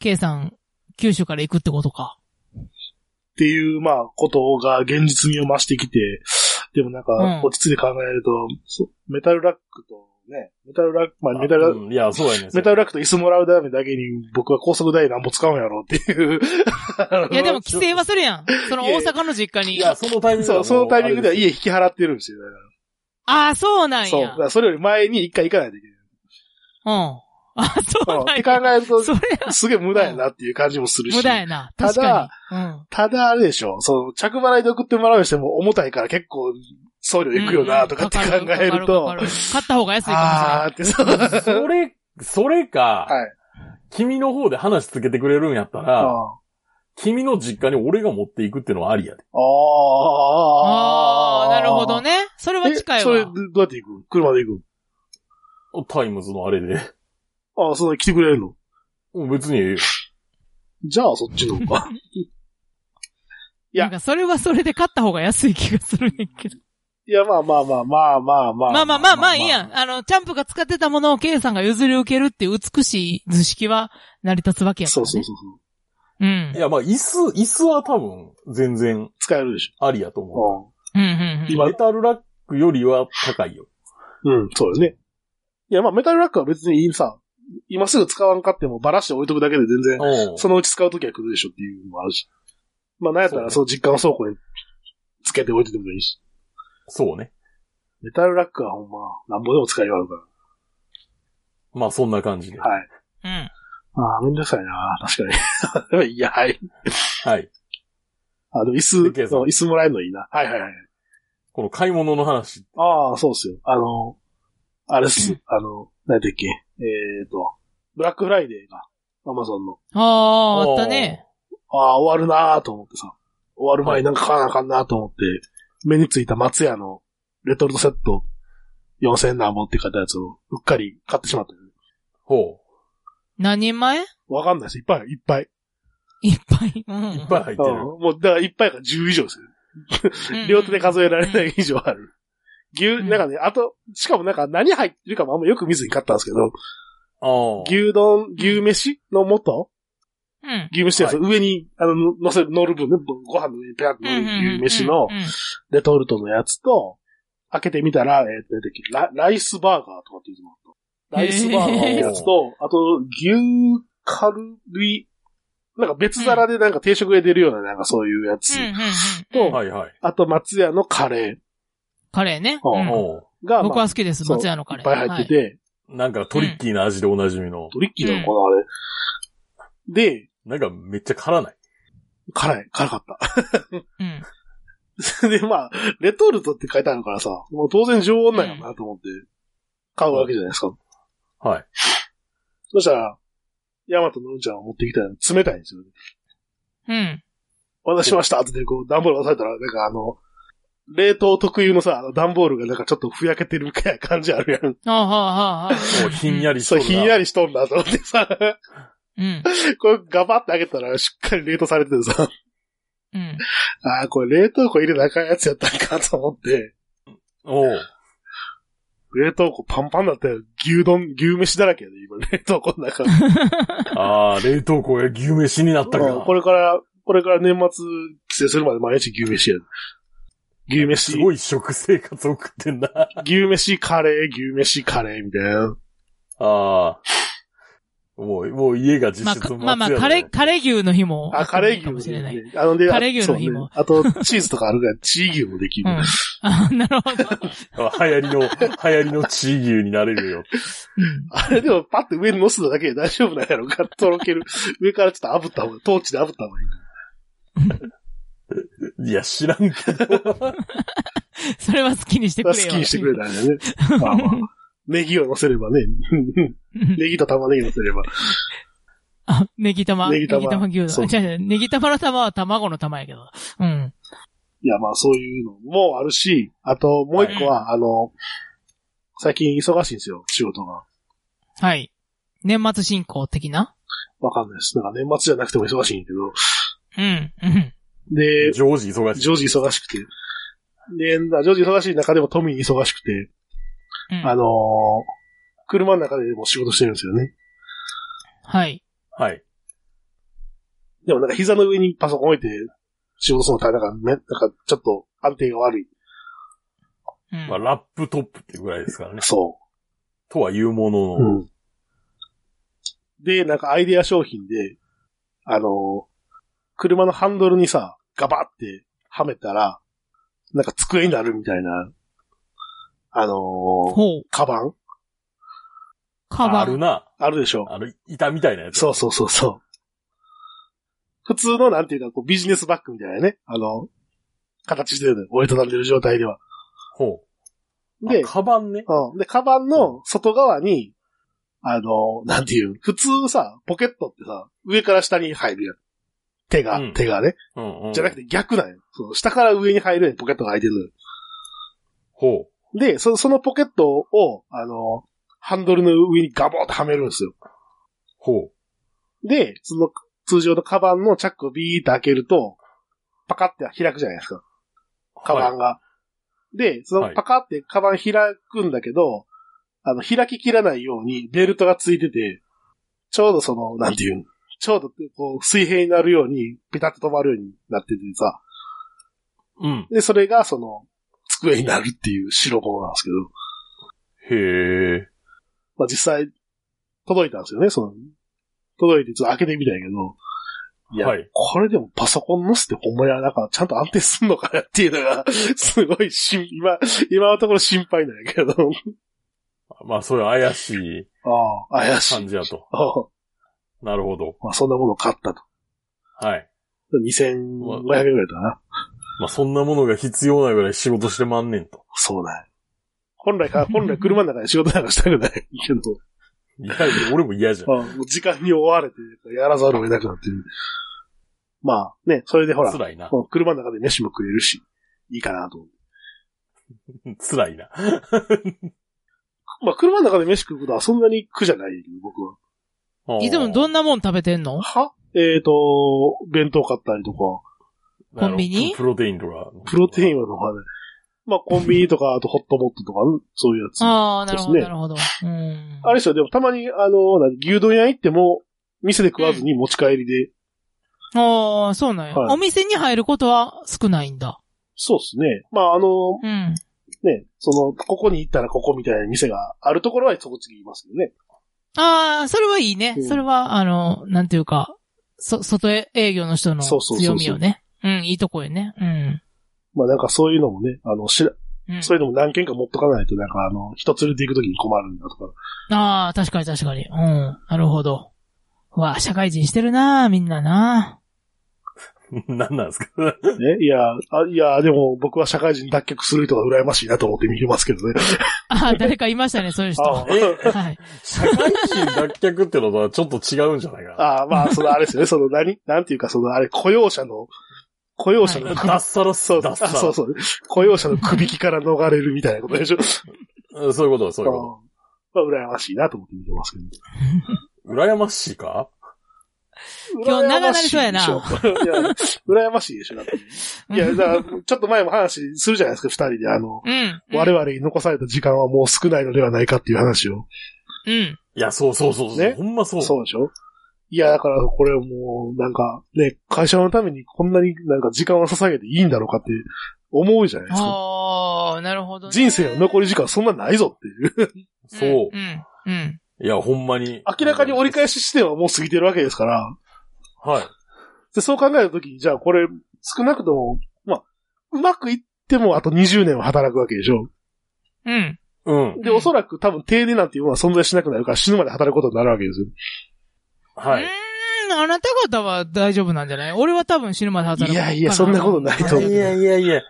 [SPEAKER 3] K さん、九州から行くってことか。
[SPEAKER 2] っていう、まあ、ことが現実味を増してきて、でもなん
[SPEAKER 3] うん
[SPEAKER 2] か、落ち着いて考えると、そうメタルラックとね、メタルラック、まあ、メタルラック、
[SPEAKER 1] うんいや、そうやねん。
[SPEAKER 2] メタルラックと椅子もらうためだけに、僕は高速台なんぼ使うんやろうっていう。
[SPEAKER 3] いや、でも帰省はするやん。その
[SPEAKER 2] いや
[SPEAKER 3] 大
[SPEAKER 2] いや
[SPEAKER 3] 阪の実家
[SPEAKER 1] い
[SPEAKER 3] に。
[SPEAKER 1] や、そのタイミングで
[SPEAKER 2] そ
[SPEAKER 1] は
[SPEAKER 2] う、そのタイミングでは家
[SPEAKER 1] もう
[SPEAKER 2] 引き払ってるんですよ。だか
[SPEAKER 3] ああ、そうな
[SPEAKER 2] ら
[SPEAKER 3] ん
[SPEAKER 2] そう。
[SPEAKER 3] や。
[SPEAKER 2] だか
[SPEAKER 3] うん。
[SPEAKER 2] らそれより前に一回行かないといけない。
[SPEAKER 3] あそう
[SPEAKER 2] そう
[SPEAKER 3] な
[SPEAKER 2] っ
[SPEAKER 3] ん
[SPEAKER 2] て
[SPEAKER 3] や。
[SPEAKER 2] 考えると、
[SPEAKER 3] それ、
[SPEAKER 2] すげえ無駄やなっていう感じもするし。
[SPEAKER 3] 無駄やな。
[SPEAKER 2] ただ
[SPEAKER 3] 確かに。うん。
[SPEAKER 2] ただあれでしょ、その、着払いで送ってもらうにしても重たいから結構、送料いくよなとかって考えると
[SPEAKER 3] うんうんかかかかか、る買った方が安い
[SPEAKER 2] あーっ
[SPEAKER 3] か
[SPEAKER 2] てそう。
[SPEAKER 1] あれですそれ、それか、
[SPEAKER 2] はい
[SPEAKER 1] 君の方で話続けてくれるんやった
[SPEAKER 2] あ
[SPEAKER 1] ら、君の実家に俺が持っていくっていうのはありやで。
[SPEAKER 3] もしれん。
[SPEAKER 2] あ
[SPEAKER 3] ああー、なるほど。ね。それは近
[SPEAKER 2] え、
[SPEAKER 3] い
[SPEAKER 2] それ、
[SPEAKER 3] わ
[SPEAKER 2] ど。うやって行く車で行く
[SPEAKER 1] タイムズのあれで。
[SPEAKER 2] ああ、そんな来てくれるの
[SPEAKER 1] うん別にええよ、
[SPEAKER 2] じゃあ、そっちの方
[SPEAKER 3] [LAUGHS]
[SPEAKER 2] が。いや
[SPEAKER 3] なんかそれはそれで買った方が安い気がするんやけど。
[SPEAKER 2] いや、まあまあまあまあまあまあ。
[SPEAKER 3] まあまあまあまあいいやん。あの、チャンプが使ってたものを K さんが譲り受けるっていう美しい図式は成り立つわけやか
[SPEAKER 2] そ
[SPEAKER 3] ら、
[SPEAKER 2] う
[SPEAKER 3] ね。
[SPEAKER 2] そうそうそう。
[SPEAKER 3] う。
[SPEAKER 1] い
[SPEAKER 3] ん。
[SPEAKER 1] や、まあ、椅子、椅子は多分、全然
[SPEAKER 2] 使えるでし
[SPEAKER 1] ありやと思
[SPEAKER 2] ょ。
[SPEAKER 3] うんうんうん。
[SPEAKER 1] う。メタルラックよりは高いよ。
[SPEAKER 2] うん。うん、そうですね。いや、まあ、メタルラックは別にさ、今すぐ使わんかってもバラして置いとくだけで全然、
[SPEAKER 1] うん
[SPEAKER 2] そのうち使うときは来るでしょっていうのもあるし。まあ、なんやったら、
[SPEAKER 1] そ
[SPEAKER 2] そう、実家の倉庫につけて置いててもいいし。
[SPEAKER 1] そうね。
[SPEAKER 2] メタルラックはほんま、なんぼでも使いようあるか
[SPEAKER 1] まあ、そんな感じで。
[SPEAKER 2] ら。はい。
[SPEAKER 3] うん。
[SPEAKER 2] ああ、めんどくさいな確かに。い [LAUGHS] や、はい。
[SPEAKER 1] はい。
[SPEAKER 2] あ、でも椅
[SPEAKER 1] でケイ
[SPEAKER 2] 子、
[SPEAKER 1] さん
[SPEAKER 2] そう椅子もらえるのいいな。はいはいはい。
[SPEAKER 1] この買い物の話。
[SPEAKER 2] ああ、そうっすよ。あの、あれっす。あの、何だっけ。えっ、と、ブラックフライデーが、アマゾンの。
[SPEAKER 3] ああ、あったね。
[SPEAKER 2] ああ、終わるなーと思ってさ。終わる前になんか買わなあかんなと思って、目についた松屋のレトルトセット4000何本って書いたやつをうっかり買ってしまったよね。
[SPEAKER 1] ほ
[SPEAKER 3] 何人前
[SPEAKER 2] わかんないです。いっぱいよいっぱい。
[SPEAKER 3] いっぱい。うん。
[SPEAKER 1] う。いっぱい入って
[SPEAKER 2] うん
[SPEAKER 1] る。
[SPEAKER 2] もう、だからいっぱいが10以上ですよ。
[SPEAKER 3] うん
[SPEAKER 2] 両手で数えられない以上ある。牛、
[SPEAKER 3] ん
[SPEAKER 2] なんかね、あと、しかもなんか何入ってるかもあんまよく見ずに買ったんですけど、
[SPEAKER 1] ああ。
[SPEAKER 2] 牛丼、牛飯の素
[SPEAKER 3] うん。
[SPEAKER 2] 牛飯ってやつ、上に、あの、乗せ、乗る分ね、ご飯の上にペアッと乗る牛飯の
[SPEAKER 3] うんうんうんうん
[SPEAKER 2] レトルトのやつと、開けてみたら、えー、出てきラライスバーガーとかって言うのもあった。ライスバーガーのやつと、あと、牛カルビ、なんか別皿でなんか定食で出るような、なんかそういうやつ。
[SPEAKER 3] うんうんうんうん
[SPEAKER 2] と
[SPEAKER 1] はいはい。
[SPEAKER 2] あと、松屋のカレ
[SPEAKER 3] カレーね。
[SPEAKER 2] うん
[SPEAKER 3] うん
[SPEAKER 1] おう
[SPEAKER 2] ーが、
[SPEAKER 3] 僕
[SPEAKER 2] まあ
[SPEAKER 3] は好きです、
[SPEAKER 2] そう
[SPEAKER 3] 松屋のカレー。
[SPEAKER 2] いっぱい入ってて、
[SPEAKER 1] なんかトリッキーな味でおなじみの。
[SPEAKER 2] トリッキーなのかな、あれ。で、
[SPEAKER 1] なんかめっちゃ辛ない。
[SPEAKER 2] 辛い、辛かった。 [LAUGHS]
[SPEAKER 3] はいうん。
[SPEAKER 2] で、まあ、レトルトって書いてあるからさ、もう当然常温なんやろなと思って、買うわけじゃないですか。
[SPEAKER 1] はい。
[SPEAKER 2] そしたら、ヤマトのうんちゃんを持ってきたら冷たいんですよね。
[SPEAKER 3] うん。
[SPEAKER 2] 渡しましたってこう、段ボール渡されたら、なんかあの、冷凍特有のさ、あの段ボールがなんかちょっとふやけてるみたいな感じあるやん。
[SPEAKER 3] ああ、はあ、はあ。
[SPEAKER 1] もうひんやりしと
[SPEAKER 2] そう、
[SPEAKER 1] るな
[SPEAKER 2] ひんやりしとんだと思ってさ、 [LAUGHS]
[SPEAKER 3] うん。
[SPEAKER 2] これガバって開けたらしっかり冷凍されててさ、
[SPEAKER 3] うん。
[SPEAKER 2] ああ、これ冷凍庫入れなあかんやつやったんかと思って、
[SPEAKER 1] おう。
[SPEAKER 2] 冷凍庫パンパンだったよ。牛丼、牛飯だらけやで、今、冷凍庫の中。
[SPEAKER 1] ああ、冷凍庫や牛飯になった
[SPEAKER 2] うん
[SPEAKER 1] か。
[SPEAKER 2] これから、これから年末帰省するまで毎日牛飯やで。牛
[SPEAKER 1] す
[SPEAKER 2] 飯、
[SPEAKER 1] ごい食生活送ってんな。あ
[SPEAKER 2] 牛飯カレー、牛飯カレーみたいな。
[SPEAKER 1] あ。もう、もう家が実
[SPEAKER 3] まあ、
[SPEAKER 1] 質松屋だ
[SPEAKER 3] か
[SPEAKER 1] ね
[SPEAKER 3] まあまあ、カレー、カレー牛の日も。
[SPEAKER 2] あ、カレー牛
[SPEAKER 3] かもしれない。
[SPEAKER 2] ねあので、
[SPEAKER 3] カレー牛の日も
[SPEAKER 2] あそうねあと、チーズとかあるから、チー牛もでき
[SPEAKER 3] う
[SPEAKER 2] る。
[SPEAKER 3] ん。あ、なるほど。
[SPEAKER 1] あ流行りの、流行りの地牛になれるよ。
[SPEAKER 3] うん。
[SPEAKER 2] あれでも、パッて上に乗せただけで大丈夫なんやろか。とろける。上からちょっと炙った方が、トーチで炙った方がいい。
[SPEAKER 1] いや、知
[SPEAKER 2] [LAUGHS]
[SPEAKER 1] らんけど。
[SPEAKER 3] それは好きにしてくれよ。
[SPEAKER 2] 好きにしてくれたんやね。まあまあ。ネギを乗せればね。
[SPEAKER 3] うん
[SPEAKER 2] [LAUGHS] ネギと玉ねぎ乗せれば。
[SPEAKER 3] あ、ネギ玉。
[SPEAKER 2] ネギ
[SPEAKER 3] ネギ
[SPEAKER 2] 玉
[SPEAKER 3] 玉牛
[SPEAKER 2] そう
[SPEAKER 3] 丼。違う違う、ネギ玉の玉は卵の玉やけど。うん。
[SPEAKER 2] いや、まあそういうのもあるし、あともう一個は、あの、最近忙しいんですよ、仕事が。
[SPEAKER 3] はい。年末進行的な
[SPEAKER 2] わかんないです。なんか年末じゃなくても忙しいんやけど。
[SPEAKER 3] うん。うん。
[SPEAKER 2] で、
[SPEAKER 1] ジョージ忙しい。
[SPEAKER 2] ジョージ忙しくて。で、ジョージ忙しい中でもトミー忙しくて、
[SPEAKER 3] うん
[SPEAKER 2] あのー車の中でも仕事してるんですよね。
[SPEAKER 3] はい。
[SPEAKER 1] はい。
[SPEAKER 2] でもなんか膝の上にパソコン置いて仕事するの大変だから、めなんかちょっと安定が悪い。
[SPEAKER 3] うん
[SPEAKER 1] まあ、ラップトップってぐらいですからね。
[SPEAKER 2] そ
[SPEAKER 1] とは言うもの
[SPEAKER 2] う。
[SPEAKER 1] の、
[SPEAKER 2] うん。で、なんかアイデア商品で、あのー車のハンドルにさ、ガバってはめたら、なんか机になるみたいな、あのー
[SPEAKER 3] ほう。
[SPEAKER 2] カバン
[SPEAKER 3] カ
[SPEAKER 1] あ
[SPEAKER 3] バ
[SPEAKER 1] る
[SPEAKER 3] ン。
[SPEAKER 1] な。
[SPEAKER 2] あるでしょ
[SPEAKER 1] あの、板みたいなやつ。
[SPEAKER 2] そうそうそうそう。普通の、なんていうか、こう、ビジネスバッグみたいなね。あの、形してるのよ。折りたたんでる状態では。
[SPEAKER 1] ほう。
[SPEAKER 2] で
[SPEAKER 1] あ、カバンね。
[SPEAKER 2] うん。で、カバンの外側に、あの、なんていう、普通さ、ポケットってさ、上から下に入るやん。手が、
[SPEAKER 1] うん
[SPEAKER 2] 手がね。
[SPEAKER 1] うんうん。
[SPEAKER 2] じゃなくて逆なんよ。そう下から上に入るようにポケットが開いてるのよ。
[SPEAKER 1] ほ
[SPEAKER 2] で、そそのポケットを、あの、ハンドルの上にガボーってはめるんですよ。
[SPEAKER 1] う。ほ
[SPEAKER 2] で、その通常のカバンのチャックをビーって開けると、パカって開くじゃないですか。
[SPEAKER 1] う。
[SPEAKER 2] カバ
[SPEAKER 1] は
[SPEAKER 2] ン
[SPEAKER 1] い
[SPEAKER 2] が。で、その
[SPEAKER 1] はい
[SPEAKER 2] パカってカバン開くんだけど、あの、開ききらないようにベルトがついてて、ちょうどその、なんていうん、ちょうどこう水平になるように、ピタッと止まるようになっててさ、
[SPEAKER 1] うん。
[SPEAKER 2] で、それがその、机になるっていう白物なんですけど、
[SPEAKER 1] へえ。
[SPEAKER 2] まあ実際、届いたんですよね、その、届いてちょっと開けてみたんやけど、いや、
[SPEAKER 1] はい
[SPEAKER 2] これでもパソコンのせてほんまになんかちゃんと安定すんのかなっていうのが、すごいしん、今、 [LAUGHS] 今のところ心配なんやけど。
[SPEAKER 1] まあ、そういう怪しい
[SPEAKER 2] ああ、怪しい。
[SPEAKER 1] 感じやと。
[SPEAKER 2] ああ
[SPEAKER 1] なるほど。
[SPEAKER 2] まあそんなものを買ったと。
[SPEAKER 1] はい。
[SPEAKER 2] 2500円ぐらいだな。
[SPEAKER 1] まあ、そんなものが必要なぐらい仕事してまんねんと。
[SPEAKER 2] そうだよ。本来 [LAUGHS] か、本来車の中で仕事なんかしたくないけど、
[SPEAKER 1] いや、俺も嫌じゃん。
[SPEAKER 2] ああもう時間に追われて、やらざるを得なくなってる。まあね、それでほら、
[SPEAKER 1] 辛いな。
[SPEAKER 2] この車の中で飯も食えるし、いいかなと思って。
[SPEAKER 1] 辛いな。
[SPEAKER 2] まあ、車の中で飯食うことはそんなに苦じゃないけど、僕は。
[SPEAKER 3] いつもどんなもん食べてんの
[SPEAKER 2] はえっ、と、弁当買ったりとか、
[SPEAKER 1] なるほど
[SPEAKER 3] コンビニ
[SPEAKER 1] プロテインとか。
[SPEAKER 2] プロテイ
[SPEAKER 1] ン。
[SPEAKER 2] ンはとかね。まあ、コンビニとか、あとホットモットとか、そういうやつ。あ
[SPEAKER 3] ああ、なるほ
[SPEAKER 2] そうで
[SPEAKER 3] ど、
[SPEAKER 2] すね
[SPEAKER 3] なるほど。うん。
[SPEAKER 2] れですよ、でもたまに、あの、何牛丼屋行っても、店で食わずに持ち帰りで。
[SPEAKER 3] ああ、そうなんや。
[SPEAKER 2] はい
[SPEAKER 3] お店に入ることは少ないんだ。
[SPEAKER 2] そうですね。まあ、あの、
[SPEAKER 3] うん。
[SPEAKER 2] ね、その、ここに行ったらここみたいな店があるところはそこ次いますよね。
[SPEAKER 3] ああ、それはいいね
[SPEAKER 2] う。ん
[SPEAKER 3] それは、あの、なんていうか、そ、外営業の人の
[SPEAKER 2] そうそうそうそ
[SPEAKER 3] 強
[SPEAKER 2] う
[SPEAKER 3] みよね。うん、いいとこよね。うん。
[SPEAKER 2] まあ、なんかそういうのもね、あの、しら、
[SPEAKER 3] うん、
[SPEAKER 2] そういうのも何軒か持っとかないと、なんかあの、人連れて行くときに困るんだとか。
[SPEAKER 3] ああ、確かに確かに。うん。なるほど。うわあ、社会人してるなあみんなな
[SPEAKER 1] [LAUGHS] 何なんですか
[SPEAKER 2] [LAUGHS] ね、いや、あいや、でも僕は社会人脱却する人が羨ましいなと思って見れますけどね。
[SPEAKER 3] あ
[SPEAKER 2] [LAUGHS]
[SPEAKER 3] あ、誰かいましたね、そういう人。
[SPEAKER 2] あ
[SPEAKER 3] は
[SPEAKER 1] え、
[SPEAKER 3] い。
[SPEAKER 1] 社会人脱却ってのとはちょっと違うんじゃないか
[SPEAKER 2] ああ、まあ、そのあれ
[SPEAKER 1] [LAUGHS]
[SPEAKER 2] ですよね、その何なんていうか、そのあれ、雇用者の、雇用者の
[SPEAKER 1] な。
[SPEAKER 2] 首、
[SPEAKER 1] 脱サラっ
[SPEAKER 2] そ
[SPEAKER 1] す
[SPEAKER 2] う
[SPEAKER 1] 脱
[SPEAKER 2] あ
[SPEAKER 1] サラ。
[SPEAKER 2] そうそう、雇用者の首引きから逃れるみたいなことでしょ。
[SPEAKER 1] うんそういうことだ、そういうこ
[SPEAKER 2] うんまあ、羨ましいなと思って見てますけ
[SPEAKER 1] と。
[SPEAKER 2] ど。
[SPEAKER 1] 羨ましいか
[SPEAKER 3] 今日長なりそうやな
[SPEAKER 2] 羨ましいでしょいや、羨ましい
[SPEAKER 1] [LAUGHS]
[SPEAKER 2] でしょ、だって。いや、だから、ちょっと前も話するじゃないですか、二人で。あの、
[SPEAKER 3] うん。
[SPEAKER 2] 我々に残された時間はもう少ないのではないかっていう話を。
[SPEAKER 3] うん。
[SPEAKER 1] いや、そうそうそうそう。
[SPEAKER 2] ね
[SPEAKER 1] ほんまそう。
[SPEAKER 2] そうでしょいや、だから、これもう、なんか、ね、会社のためにこんなになんか時間を捧げていいんだろうかって思うじゃないですか。
[SPEAKER 3] ああ、なるほどね。
[SPEAKER 2] 人生の残り時間そんなないぞっていう。
[SPEAKER 1] そう。
[SPEAKER 3] うん。うん。
[SPEAKER 1] いや、ほんまに。
[SPEAKER 2] 明らかに折り返し地点はもう過ぎてるわけですから。
[SPEAKER 1] はい。
[SPEAKER 2] で、そう考えたときに、じゃあこれ、少なくとも、まあ、うまくいってもあと20年は働くわけでしょ。
[SPEAKER 3] うん。
[SPEAKER 1] うん。
[SPEAKER 2] で、
[SPEAKER 3] うん
[SPEAKER 2] おそらく多分定年なんていうものは存在しなくなるから死ぬまで働くことになるわけですよ。
[SPEAKER 1] は
[SPEAKER 3] う
[SPEAKER 1] い。
[SPEAKER 3] ーん、あなた方は大丈夫なんじゃない俺は多分死ぬまで働く。
[SPEAKER 2] いやいやそんなことないと思う
[SPEAKER 1] いやいやいや。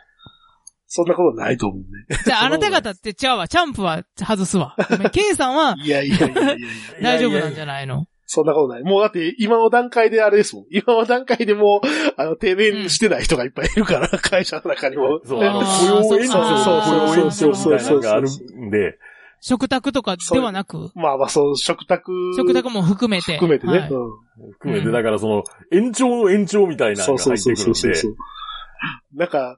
[SPEAKER 2] そんなことないと思うね。
[SPEAKER 3] じゃあ、あなた方ってちゃうわ。チャンプは外すわ。ごめん K さんはい
[SPEAKER 2] やいやいやい [LAUGHS] やいや。
[SPEAKER 3] 大丈夫なんじゃ
[SPEAKER 1] い
[SPEAKER 3] ないの
[SPEAKER 2] そんなことない。もうだって今の段階であれですもん。今の段階でもう、あの、定年してない人がいっぱいいるから、会社の中にも。
[SPEAKER 1] そう、あの、
[SPEAKER 3] あー
[SPEAKER 1] 雇用延長
[SPEAKER 2] そう
[SPEAKER 1] 雇用延
[SPEAKER 2] そう
[SPEAKER 1] 長
[SPEAKER 2] そうそう
[SPEAKER 1] みたいなのがある
[SPEAKER 2] そうそ
[SPEAKER 1] んで、
[SPEAKER 3] 食卓とかではなく、
[SPEAKER 2] まあまあ、そう、食卓。
[SPEAKER 3] 食卓も含めて。
[SPEAKER 2] 含めてね。
[SPEAKER 3] はい
[SPEAKER 2] うん
[SPEAKER 1] 含め
[SPEAKER 3] う
[SPEAKER 1] て、
[SPEAKER 3] ん
[SPEAKER 1] だからその、延長の延長みたいな
[SPEAKER 2] そ
[SPEAKER 1] の
[SPEAKER 2] う
[SPEAKER 1] が
[SPEAKER 2] そ
[SPEAKER 1] 入
[SPEAKER 2] う
[SPEAKER 1] って
[SPEAKER 2] そ
[SPEAKER 1] く
[SPEAKER 2] う
[SPEAKER 1] る
[SPEAKER 2] そ
[SPEAKER 1] ん
[SPEAKER 2] うそう
[SPEAKER 1] で。
[SPEAKER 2] なんか、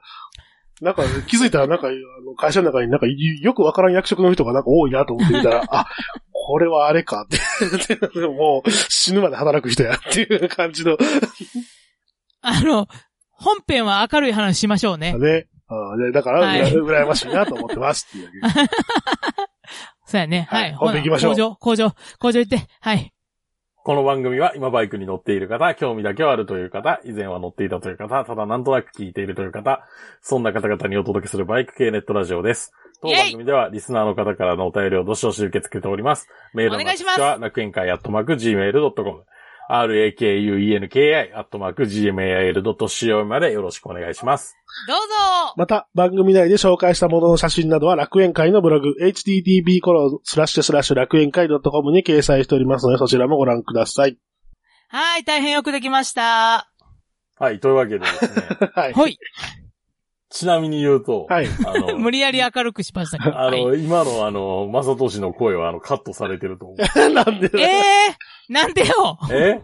[SPEAKER 2] なんか気づいたらなんか、あの会社の中になんかよくわからん役職の人がなんか多いなと思ってみた
[SPEAKER 3] [LAUGHS]
[SPEAKER 2] ら、あ、これはあれかって。でもう死ぬまで働く人やっていう感じの、
[SPEAKER 3] あの、本編は明るい話しましょうね。
[SPEAKER 2] ね。あでだから、
[SPEAKER 3] はいう
[SPEAKER 2] ら羨ましいなと思ってますっていうだけ。 [LAUGHS]
[SPEAKER 3] そうやね。
[SPEAKER 2] はい
[SPEAKER 3] はい。
[SPEAKER 2] 本編行きましょう
[SPEAKER 3] 工場、工場、工場行って。はい。
[SPEAKER 1] この番組は今バイクに乗っている方、興味だけはあるという方、以前は乗っていたという方、ただなんとなく聞いているという方、そんな方々にお届けするバイク系ネットラジオです。当
[SPEAKER 3] イエイ
[SPEAKER 1] 番組ではリスナーの方からのお便りをどしどし受け付けております。メール
[SPEAKER 3] お
[SPEAKER 1] の
[SPEAKER 3] 願いします
[SPEAKER 1] 宛先は楽園会アットマーク gmail.com、rakuenki アットマーク gmail.co までよろしくお願いします。
[SPEAKER 3] どうぞ
[SPEAKER 2] また、番組内で紹介したものの写真などは楽園会のブログ、http コロスラッシュスラッシュ楽園会 .com に掲載しておりますので、そちらもご覧ください。 [LAUGHS]
[SPEAKER 3] はい、大変よくできました。
[SPEAKER 1] はい、というわけでですね。
[SPEAKER 3] [LAUGHS]
[SPEAKER 2] はい。
[SPEAKER 3] ほい。
[SPEAKER 1] ちなみに言うと、
[SPEAKER 2] はい。
[SPEAKER 1] あの、
[SPEAKER 3] [LAUGHS] 無理やり明るくしましたけど。
[SPEAKER 1] あ
[SPEAKER 3] はい
[SPEAKER 1] の、今のあの、まさとしの声はあの、カットされてると思
[SPEAKER 3] [LAUGHS]
[SPEAKER 1] う。
[SPEAKER 2] [LAUGHS] なんで
[SPEAKER 3] ええー、なんでよ
[SPEAKER 1] え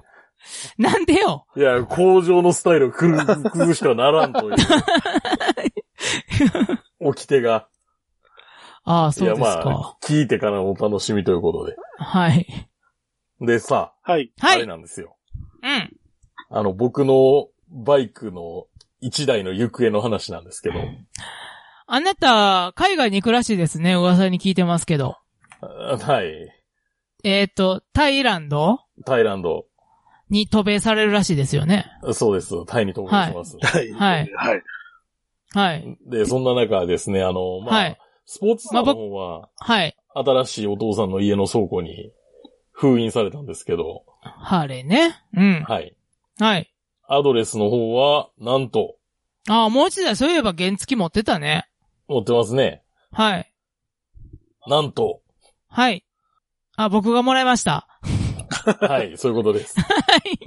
[SPEAKER 3] なんでよ
[SPEAKER 1] いや、工場のスタイルを
[SPEAKER 3] [LAUGHS]
[SPEAKER 1] 崩崩してはならんという。起き手が。
[SPEAKER 3] ああ、
[SPEAKER 1] い
[SPEAKER 3] そう
[SPEAKER 1] や、
[SPEAKER 3] です
[SPEAKER 1] ま
[SPEAKER 3] か。
[SPEAKER 1] あ、聞いてからのお楽しみということで。
[SPEAKER 3] はい。
[SPEAKER 1] でさ、
[SPEAKER 2] はい。
[SPEAKER 1] あ
[SPEAKER 3] はい。
[SPEAKER 1] れ
[SPEAKER 3] うん。
[SPEAKER 1] なんですよ。
[SPEAKER 3] は
[SPEAKER 1] あの、僕のバイクの一台の行方の話なんですけど。
[SPEAKER 3] あなた、海外に行くらしいですね。噂に聞いてますけど。
[SPEAKER 1] あはい。
[SPEAKER 3] えっ、と、タイランド
[SPEAKER 1] タイランド。
[SPEAKER 3] に渡米されるらしいですよね。
[SPEAKER 1] そうです。タイに飛ばします。
[SPEAKER 2] はい。
[SPEAKER 3] はい
[SPEAKER 2] はい。
[SPEAKER 3] はい。
[SPEAKER 1] で、そんな中ですね、あの、まあ、
[SPEAKER 3] はい
[SPEAKER 1] スポーツさんの方は、
[SPEAKER 3] はい。
[SPEAKER 1] 新しいお父さんの家の倉庫に封印されたんですけど、
[SPEAKER 3] ハーレーね。うん。
[SPEAKER 1] はい。
[SPEAKER 3] はい。
[SPEAKER 1] アドレスの方は、なんと、
[SPEAKER 3] ああ、もう一台、そういえば原付持ってたね。
[SPEAKER 1] 持ってますね。
[SPEAKER 3] はい。
[SPEAKER 1] なんと、
[SPEAKER 3] はい。あ、僕がもらいました。
[SPEAKER 1] はい、そういうことです。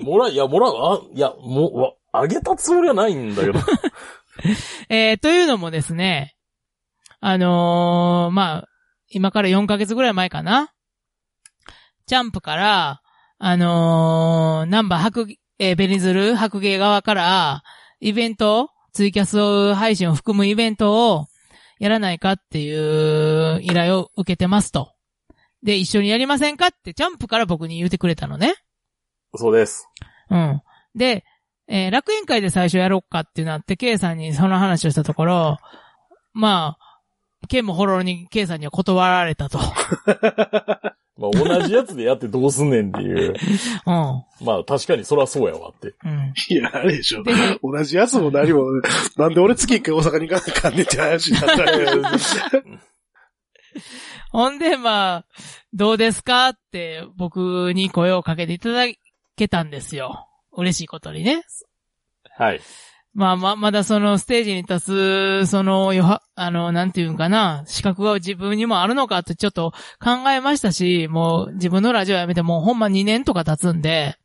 [SPEAKER 1] もら、いや、もらう、あ、いや、もう、わあげたつもりはないんだけど。
[SPEAKER 3] えー、というのもですね、あのーまあ、今から4ヶ月ぐらい前かな。ジャンプから、あのーナンバー白、えーベニズル白芸側から、イベント、ツイキャスを配信を含むイベントをやらないかっていう依頼を受けてますと。で、一緒にやりませんかってジャンプから僕に言うてくれたのね。
[SPEAKER 1] そうです。
[SPEAKER 3] うん。で、えー楽園会で最初やろうかってなって、K さんにその話をしたところ、まあ、ケンもほろろに K さんには断られたと。 [LAUGHS]
[SPEAKER 1] まあ、同じやつでやってどうすんねんっていう。
[SPEAKER 3] うん。
[SPEAKER 1] まあ、確かにそらそうやわって。
[SPEAKER 3] [LAUGHS] うん。
[SPEAKER 2] いや、あれでしょ
[SPEAKER 3] で。
[SPEAKER 2] 同じやつも何も、 [LAUGHS] なんで俺月一回大阪に行かなあかんねんって話になったら、
[SPEAKER 3] ほんで、まあ、どうですかって僕に声をかけていただけたんですよ。嬉しいことにね。
[SPEAKER 1] はい。
[SPEAKER 3] まあまあ、まだそのステージに立つ、その、よは、あの、なんていうんかな、資格が自分にもあるのかってちょっと考えましたし、もう自分のラジオやめてもうほんま2年とか経つんで、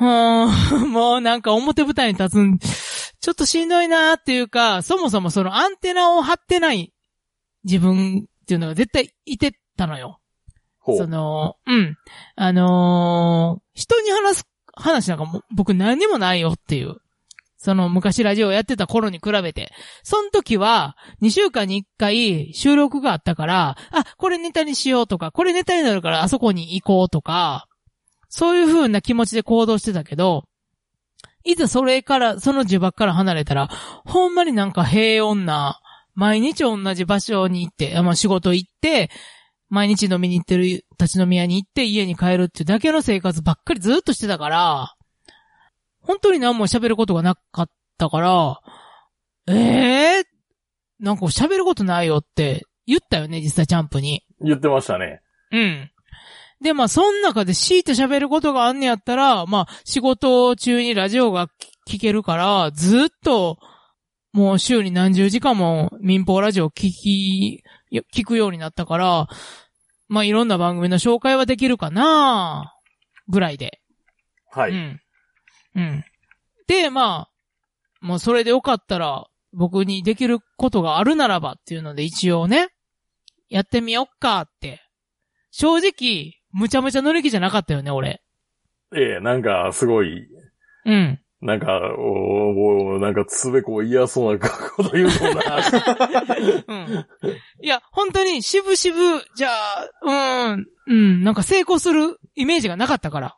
[SPEAKER 3] うーん、 [LAUGHS] もうなんか表舞台に立つん、ちょっとしんどいなっていうか、そもそもそのアンテナを張ってない自分っていうのが絶対いてたのよ。
[SPEAKER 1] ほ。
[SPEAKER 3] そうの、うん。あのー人に話す話なんかもう僕何にもないよっていう。その昔ラジオやってた頃に比べて。その時は、2週間に1回収録があったから、あ、これネタにしようとか、これネタになるからあそこに行こうとか、そういう風な気持ちで行動してたけど、いざそれから、その呪縛から離れたら、ほんまになんか平穏な、毎日同じ場所に行って、あまあ仕事行って、毎日飲みに行ってる、立ち飲み屋に行って家に帰るっていうだけの生活ばっかりずっとしてたから、本当に何も喋ることがなかったから、ええなんか喋ることないよって言ったよね、実際チャンプに。
[SPEAKER 1] 言ってましたね。
[SPEAKER 3] うん。で、まあ、そん中で強いて喋ることがあんねやったら、まあ、仕事中にラジオが聞聞けるから、ずっと、もう週に何十時間も民放ラジオ聞き、よ聞くようになったから、まあ、いろんな番組の紹介はできるかなぐらいで。
[SPEAKER 1] はい。
[SPEAKER 3] うん。うん。で、まあ、もうそれでよかったら、僕にできることがあるならばっていうので一応ね、やってみよっかって。正直、むちゃむちゃ乗り気じゃなかったよね、俺。
[SPEAKER 1] ええなんか、すごい、
[SPEAKER 3] うん。
[SPEAKER 1] なんか、おーもう、なんか、つべこう嫌そうなこと言うそうな。
[SPEAKER 3] うん。いや、本当に、しぶしぶ、じゃあ、うーん、うん、なんか成功するイメージがなかったから。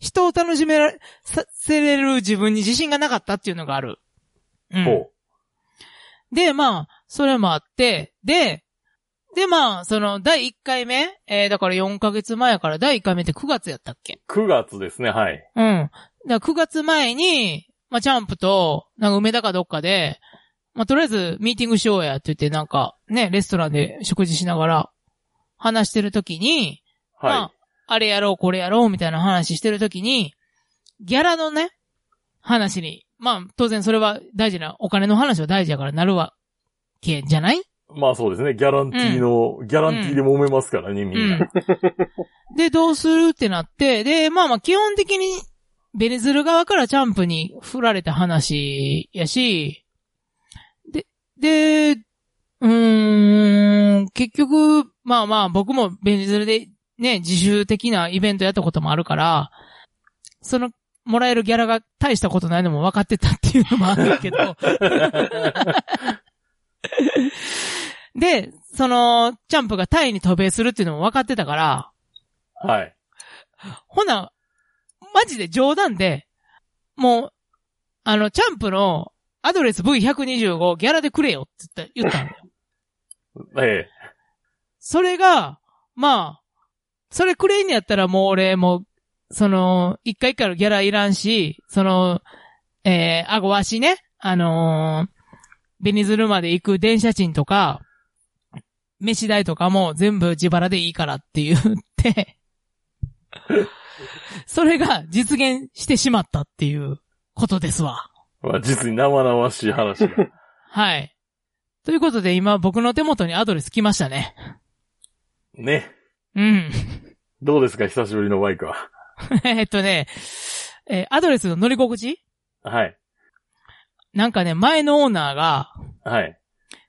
[SPEAKER 3] 人を楽しめられ、させれる自分に自信がなかったっていうのがある。うん。
[SPEAKER 1] ほ
[SPEAKER 3] で、まあ、それもあって、で、で、まあ、その、第1回目、えー、だから4ヶ月前やから第1回目って9月やったっけ
[SPEAKER 1] う。9月ですね、はい。
[SPEAKER 3] うん。だから9月前に、まあ、チャンプと、なんか梅田かどっかで、まあ、とりあえずミーティングしようやって言って、なんか、ね、レストランで食事しながら、話してるときに、ま
[SPEAKER 1] は
[SPEAKER 3] あ、あれやろう、これやろう、みたいな話してるときに、ギャラのね、話に、まあ、当然それは大事な、お金の話は大事やからなるわけじゃない
[SPEAKER 1] い。まあそうですね、ギャランティーの、ギャランティーで揉めますからね、みんな。
[SPEAKER 3] うん。で、どうするってなって、で、まあまあ基本的に、ベネズル側からチャンプに振られた話やし、で、で、うーん、結局、まあまあ僕もベネズルでね、自主的なイベントやったこともあるから、その、もらえるギャラが大したことないのも分かってたっていうのもあるけど。で、その、チャンプがタイに渡米するっていうのも分かってたから、
[SPEAKER 1] はい。
[SPEAKER 3] ほな、マジで冗談で、もう、あの、チャンプのアドレス V125 ギャラでくれよって言った、言ったんだよ。
[SPEAKER 1] ええ
[SPEAKER 3] それが、まあ、それくれんやったらもう俺、もう、その、一回一回のギャラいらんし、その、えー、あごわしね、あのーベニズルまで行く電車賃とか、飯代とかも全部自腹でいいからって言って、 [LAUGHS] それが実現してしまったっていうことですわ。
[SPEAKER 1] まあ実に生々しい話が。
[SPEAKER 2] [LAUGHS]
[SPEAKER 3] はい。ということで今僕の手元にアドレス来ましたね。
[SPEAKER 1] ね。
[SPEAKER 3] うん。
[SPEAKER 1] どうですか、久しぶりのバイクは。
[SPEAKER 3] [LAUGHS] えっとね、えーアドレスの乗り心地
[SPEAKER 1] はい。
[SPEAKER 3] なんかね、前のオーナーが、
[SPEAKER 1] はい。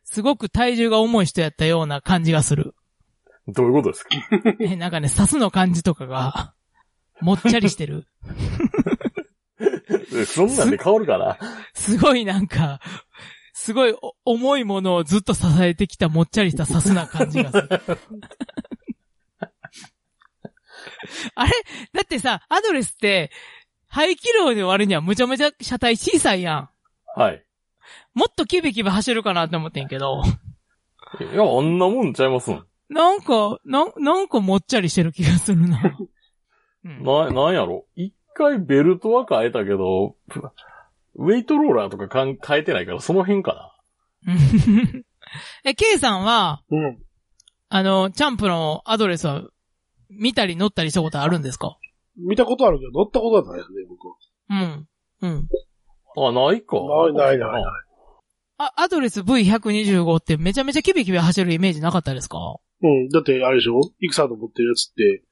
[SPEAKER 3] すごく体重が重い人やったような感じがする。
[SPEAKER 1] どういうことですか
[SPEAKER 3] えーなんかね、サスの感じとかが、もっちゃりしてる。
[SPEAKER 1] えそんなんで変わるかな
[SPEAKER 3] すごいなんか、すごいお重いものをずっと支えてきたもっちゃりしたサスな感じがする。 [LAUGHS] あれだってさ、アドレスって、排気量で割るにはむちゃむちゃ車体小さいやん。
[SPEAKER 1] はい。
[SPEAKER 3] もっとキビキビ走るかなって思ってんけど。
[SPEAKER 1] いや、あんなもんちゃいますもん。
[SPEAKER 3] なんか、なん、なんかもっちゃりしてる気がするな。うん [LAUGHS]
[SPEAKER 1] な、なんやろ一回ベルトは変えたけど、ウェイトローラーとかかん変えてないから、その辺か
[SPEAKER 3] うんえ、K さんは、
[SPEAKER 2] うん。
[SPEAKER 3] あの、チャンプのアドレスは、見たり乗ったりしたことあるんですか
[SPEAKER 2] 見たことあるけど、乗ったことはないですね、僕は。
[SPEAKER 3] うん。うん。
[SPEAKER 1] な。あ、ないか。
[SPEAKER 2] ないないない
[SPEAKER 1] あ
[SPEAKER 3] あ、アドレス V125 ってめちゃめちゃキビキビ走るイメージなかったですか
[SPEAKER 2] うん。だって、あれでしょイクさんの持ってるやつって、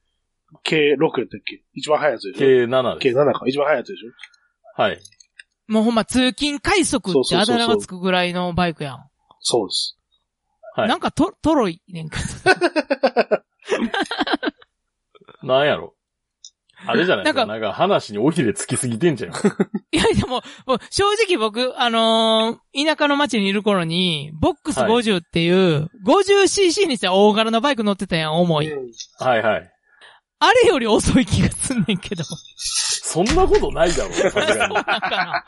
[SPEAKER 2] K6 やったっけ一番速いやつでしょ
[SPEAKER 1] 計7です。
[SPEAKER 2] ?K7 か。一番速いやつでしょ
[SPEAKER 1] はい。
[SPEAKER 3] もうほんま通勤快速ってあだ名がつくぐらいのバイクやん。
[SPEAKER 2] そうです。
[SPEAKER 1] はい
[SPEAKER 3] なんかと、トロいねんか。
[SPEAKER 1] なんやろあれじゃないですか。
[SPEAKER 3] なん
[SPEAKER 1] なんか話に尾ひれつきすぎてんじゃん。
[SPEAKER 3] いや、でも、もう正直僕、あのー田舎の町にいる頃に、ボックス50っていう、50cc にした大柄のバイク乗ってたやん、重い。
[SPEAKER 2] うん
[SPEAKER 1] はいはい。
[SPEAKER 3] あれより遅い気がすんねんけど。
[SPEAKER 1] そんなことないだろう、さすがに。
[SPEAKER 3] だから、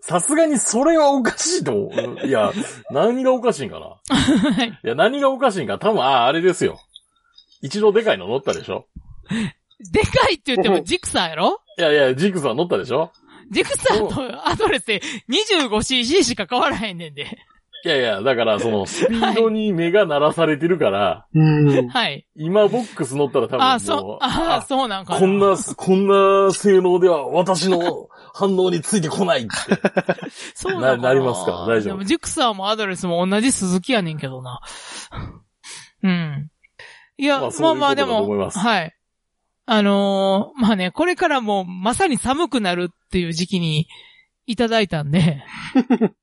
[SPEAKER 1] さすがにそれはおかしいと思う。うんいや、何がおかしいんかな。いや、何がおかしいんか。多分、ああ、あれですよ。一度でかいの乗ったでしょ
[SPEAKER 3] でかいって言ってもジクサーやろ
[SPEAKER 1] いやいや、ジグさん乗ったでしょ
[SPEAKER 3] ジクサーとアドレスで 25cc しか変わらへんねんで。
[SPEAKER 1] いやいや、だから、
[SPEAKER 3] [LAUGHS]
[SPEAKER 1] その、スピードに目が鳴らされてるから、
[SPEAKER 2] うん。
[SPEAKER 3] はい。
[SPEAKER 1] 今ボックス乗ったら多分もう、
[SPEAKER 3] あ、そう、あ、そうなんかな。
[SPEAKER 1] こんな、こんな性能では私の反応についてこないって。
[SPEAKER 3] そうなのかな
[SPEAKER 1] ななりますから大丈夫
[SPEAKER 3] でも、ジクサーもアドレスも同じ鈴木やねんけどな。 [LAUGHS] うん。いや、
[SPEAKER 1] ま
[SPEAKER 3] ま
[SPEAKER 1] あ
[SPEAKER 3] あ、
[SPEAKER 1] そう
[SPEAKER 3] ま
[SPEAKER 1] い
[SPEAKER 3] あ
[SPEAKER 1] うことだ
[SPEAKER 3] で
[SPEAKER 1] と思い
[SPEAKER 3] も、
[SPEAKER 1] ます
[SPEAKER 3] はい。あのーまあね、これからもまさに寒くなるっていう時期にいただいたんで、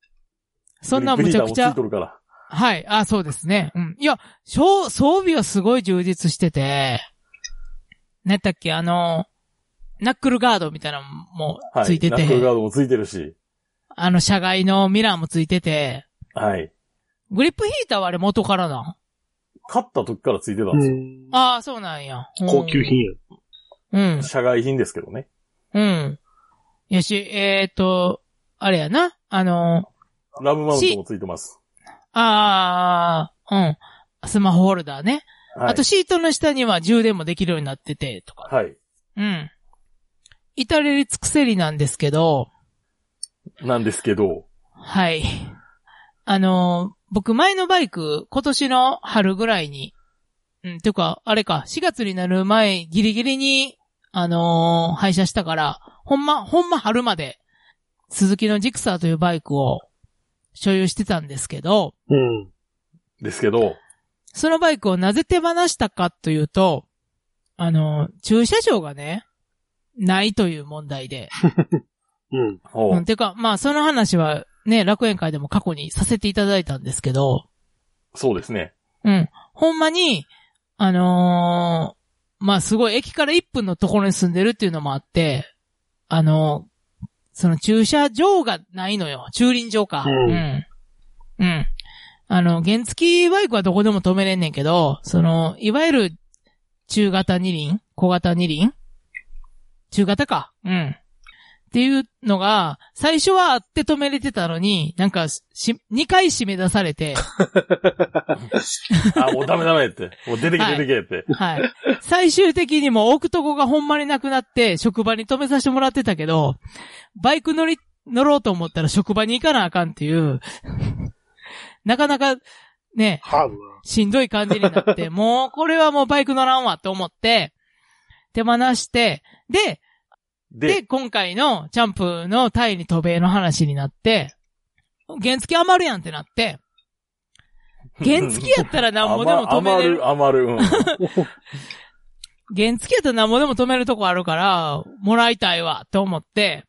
[SPEAKER 3] [LAUGHS] そんなむちゃく
[SPEAKER 1] ブリーダーも
[SPEAKER 3] ち
[SPEAKER 1] つい
[SPEAKER 3] ゃ
[SPEAKER 1] と、るから。
[SPEAKER 3] はい、あ、そうですね。うん。いや、装装備はすごい充実してて、なんだっけ、あのーナックルガードみたいなのも
[SPEAKER 1] はい。
[SPEAKER 3] ついてて、
[SPEAKER 1] ナックルガードもついてるし。
[SPEAKER 3] あの、車外のミラーもついてて、
[SPEAKER 1] はい。
[SPEAKER 3] グリップヒーターはあれ元からなん
[SPEAKER 1] 買った時からついてたん
[SPEAKER 2] う
[SPEAKER 1] ですよ。
[SPEAKER 2] ん
[SPEAKER 3] ああ、そうなんや。うん
[SPEAKER 2] 高級。品や。
[SPEAKER 3] うん。
[SPEAKER 1] 社外品ですけどね。
[SPEAKER 3] うん。やし、えっ、ー、と、あれやな。あの、
[SPEAKER 1] ラブマウントもついてます。
[SPEAKER 3] ああ、うん。スマホホルダーね。
[SPEAKER 1] はい。
[SPEAKER 3] あとシートの下には充電もできるようになってて、とか。
[SPEAKER 1] はい。
[SPEAKER 3] うん。至れり尽くせりなんですけど、
[SPEAKER 1] なんですけど。
[SPEAKER 3] はい。あの、僕前のバイク、今年の春ぐらいに、うん、ていうか、あれか、4月になる前、ギリギリに、あのー廃車したから、ほんま、ほんま春まで、鈴木のジクサーというバイクを所有してたんですけど、
[SPEAKER 2] うん。
[SPEAKER 1] ですけど。
[SPEAKER 3] そのバイクをなぜ手放したかというと、あのー駐車場がね、ないという問題で。
[SPEAKER 2] うん。
[SPEAKER 1] ほう
[SPEAKER 3] うん、てか、まあ、その話はね、楽園会でも過去にさせていただいたんですけど、
[SPEAKER 1] そうですね。
[SPEAKER 3] うん。ほんまに、あのーまあ、すごい駅から1分のところに住んでるっていうのもあって、あのーその駐車場がないのよ。駐輪場か。
[SPEAKER 2] う
[SPEAKER 3] うんん。うん。あの、原付バイクはどこでも止めれんねんけど、その、いわゆる中型二輪小型二輪中型か。うん。っていうのが、最初はあって止めれてたのに、なんかし、2回締め出されて、
[SPEAKER 1] あ、もうダメダメって。もう出てけ
[SPEAKER 3] はい
[SPEAKER 1] 出てけって。
[SPEAKER 3] はい。最終的にもう置くとこがほんまになくなって、職場に止めさせてもらってたけど、バイク乗り、乗ろうと思ったら職場に行かなあかんっていう、なかなか、ね、
[SPEAKER 2] ハーブな。
[SPEAKER 3] しんどい感じになって、もうこれはもうバイク乗らんわと思って、手放して、で、で、
[SPEAKER 1] で、
[SPEAKER 3] 今回のチャンプのタイに渡米の話になって、原付余るやんってなって、原付やったらなんぼでも止めれる。
[SPEAKER 1] 余る、余る。うん [LAUGHS]
[SPEAKER 3] 原付やったら何もでも止めるとこあるから、もらいたいわ、と思って、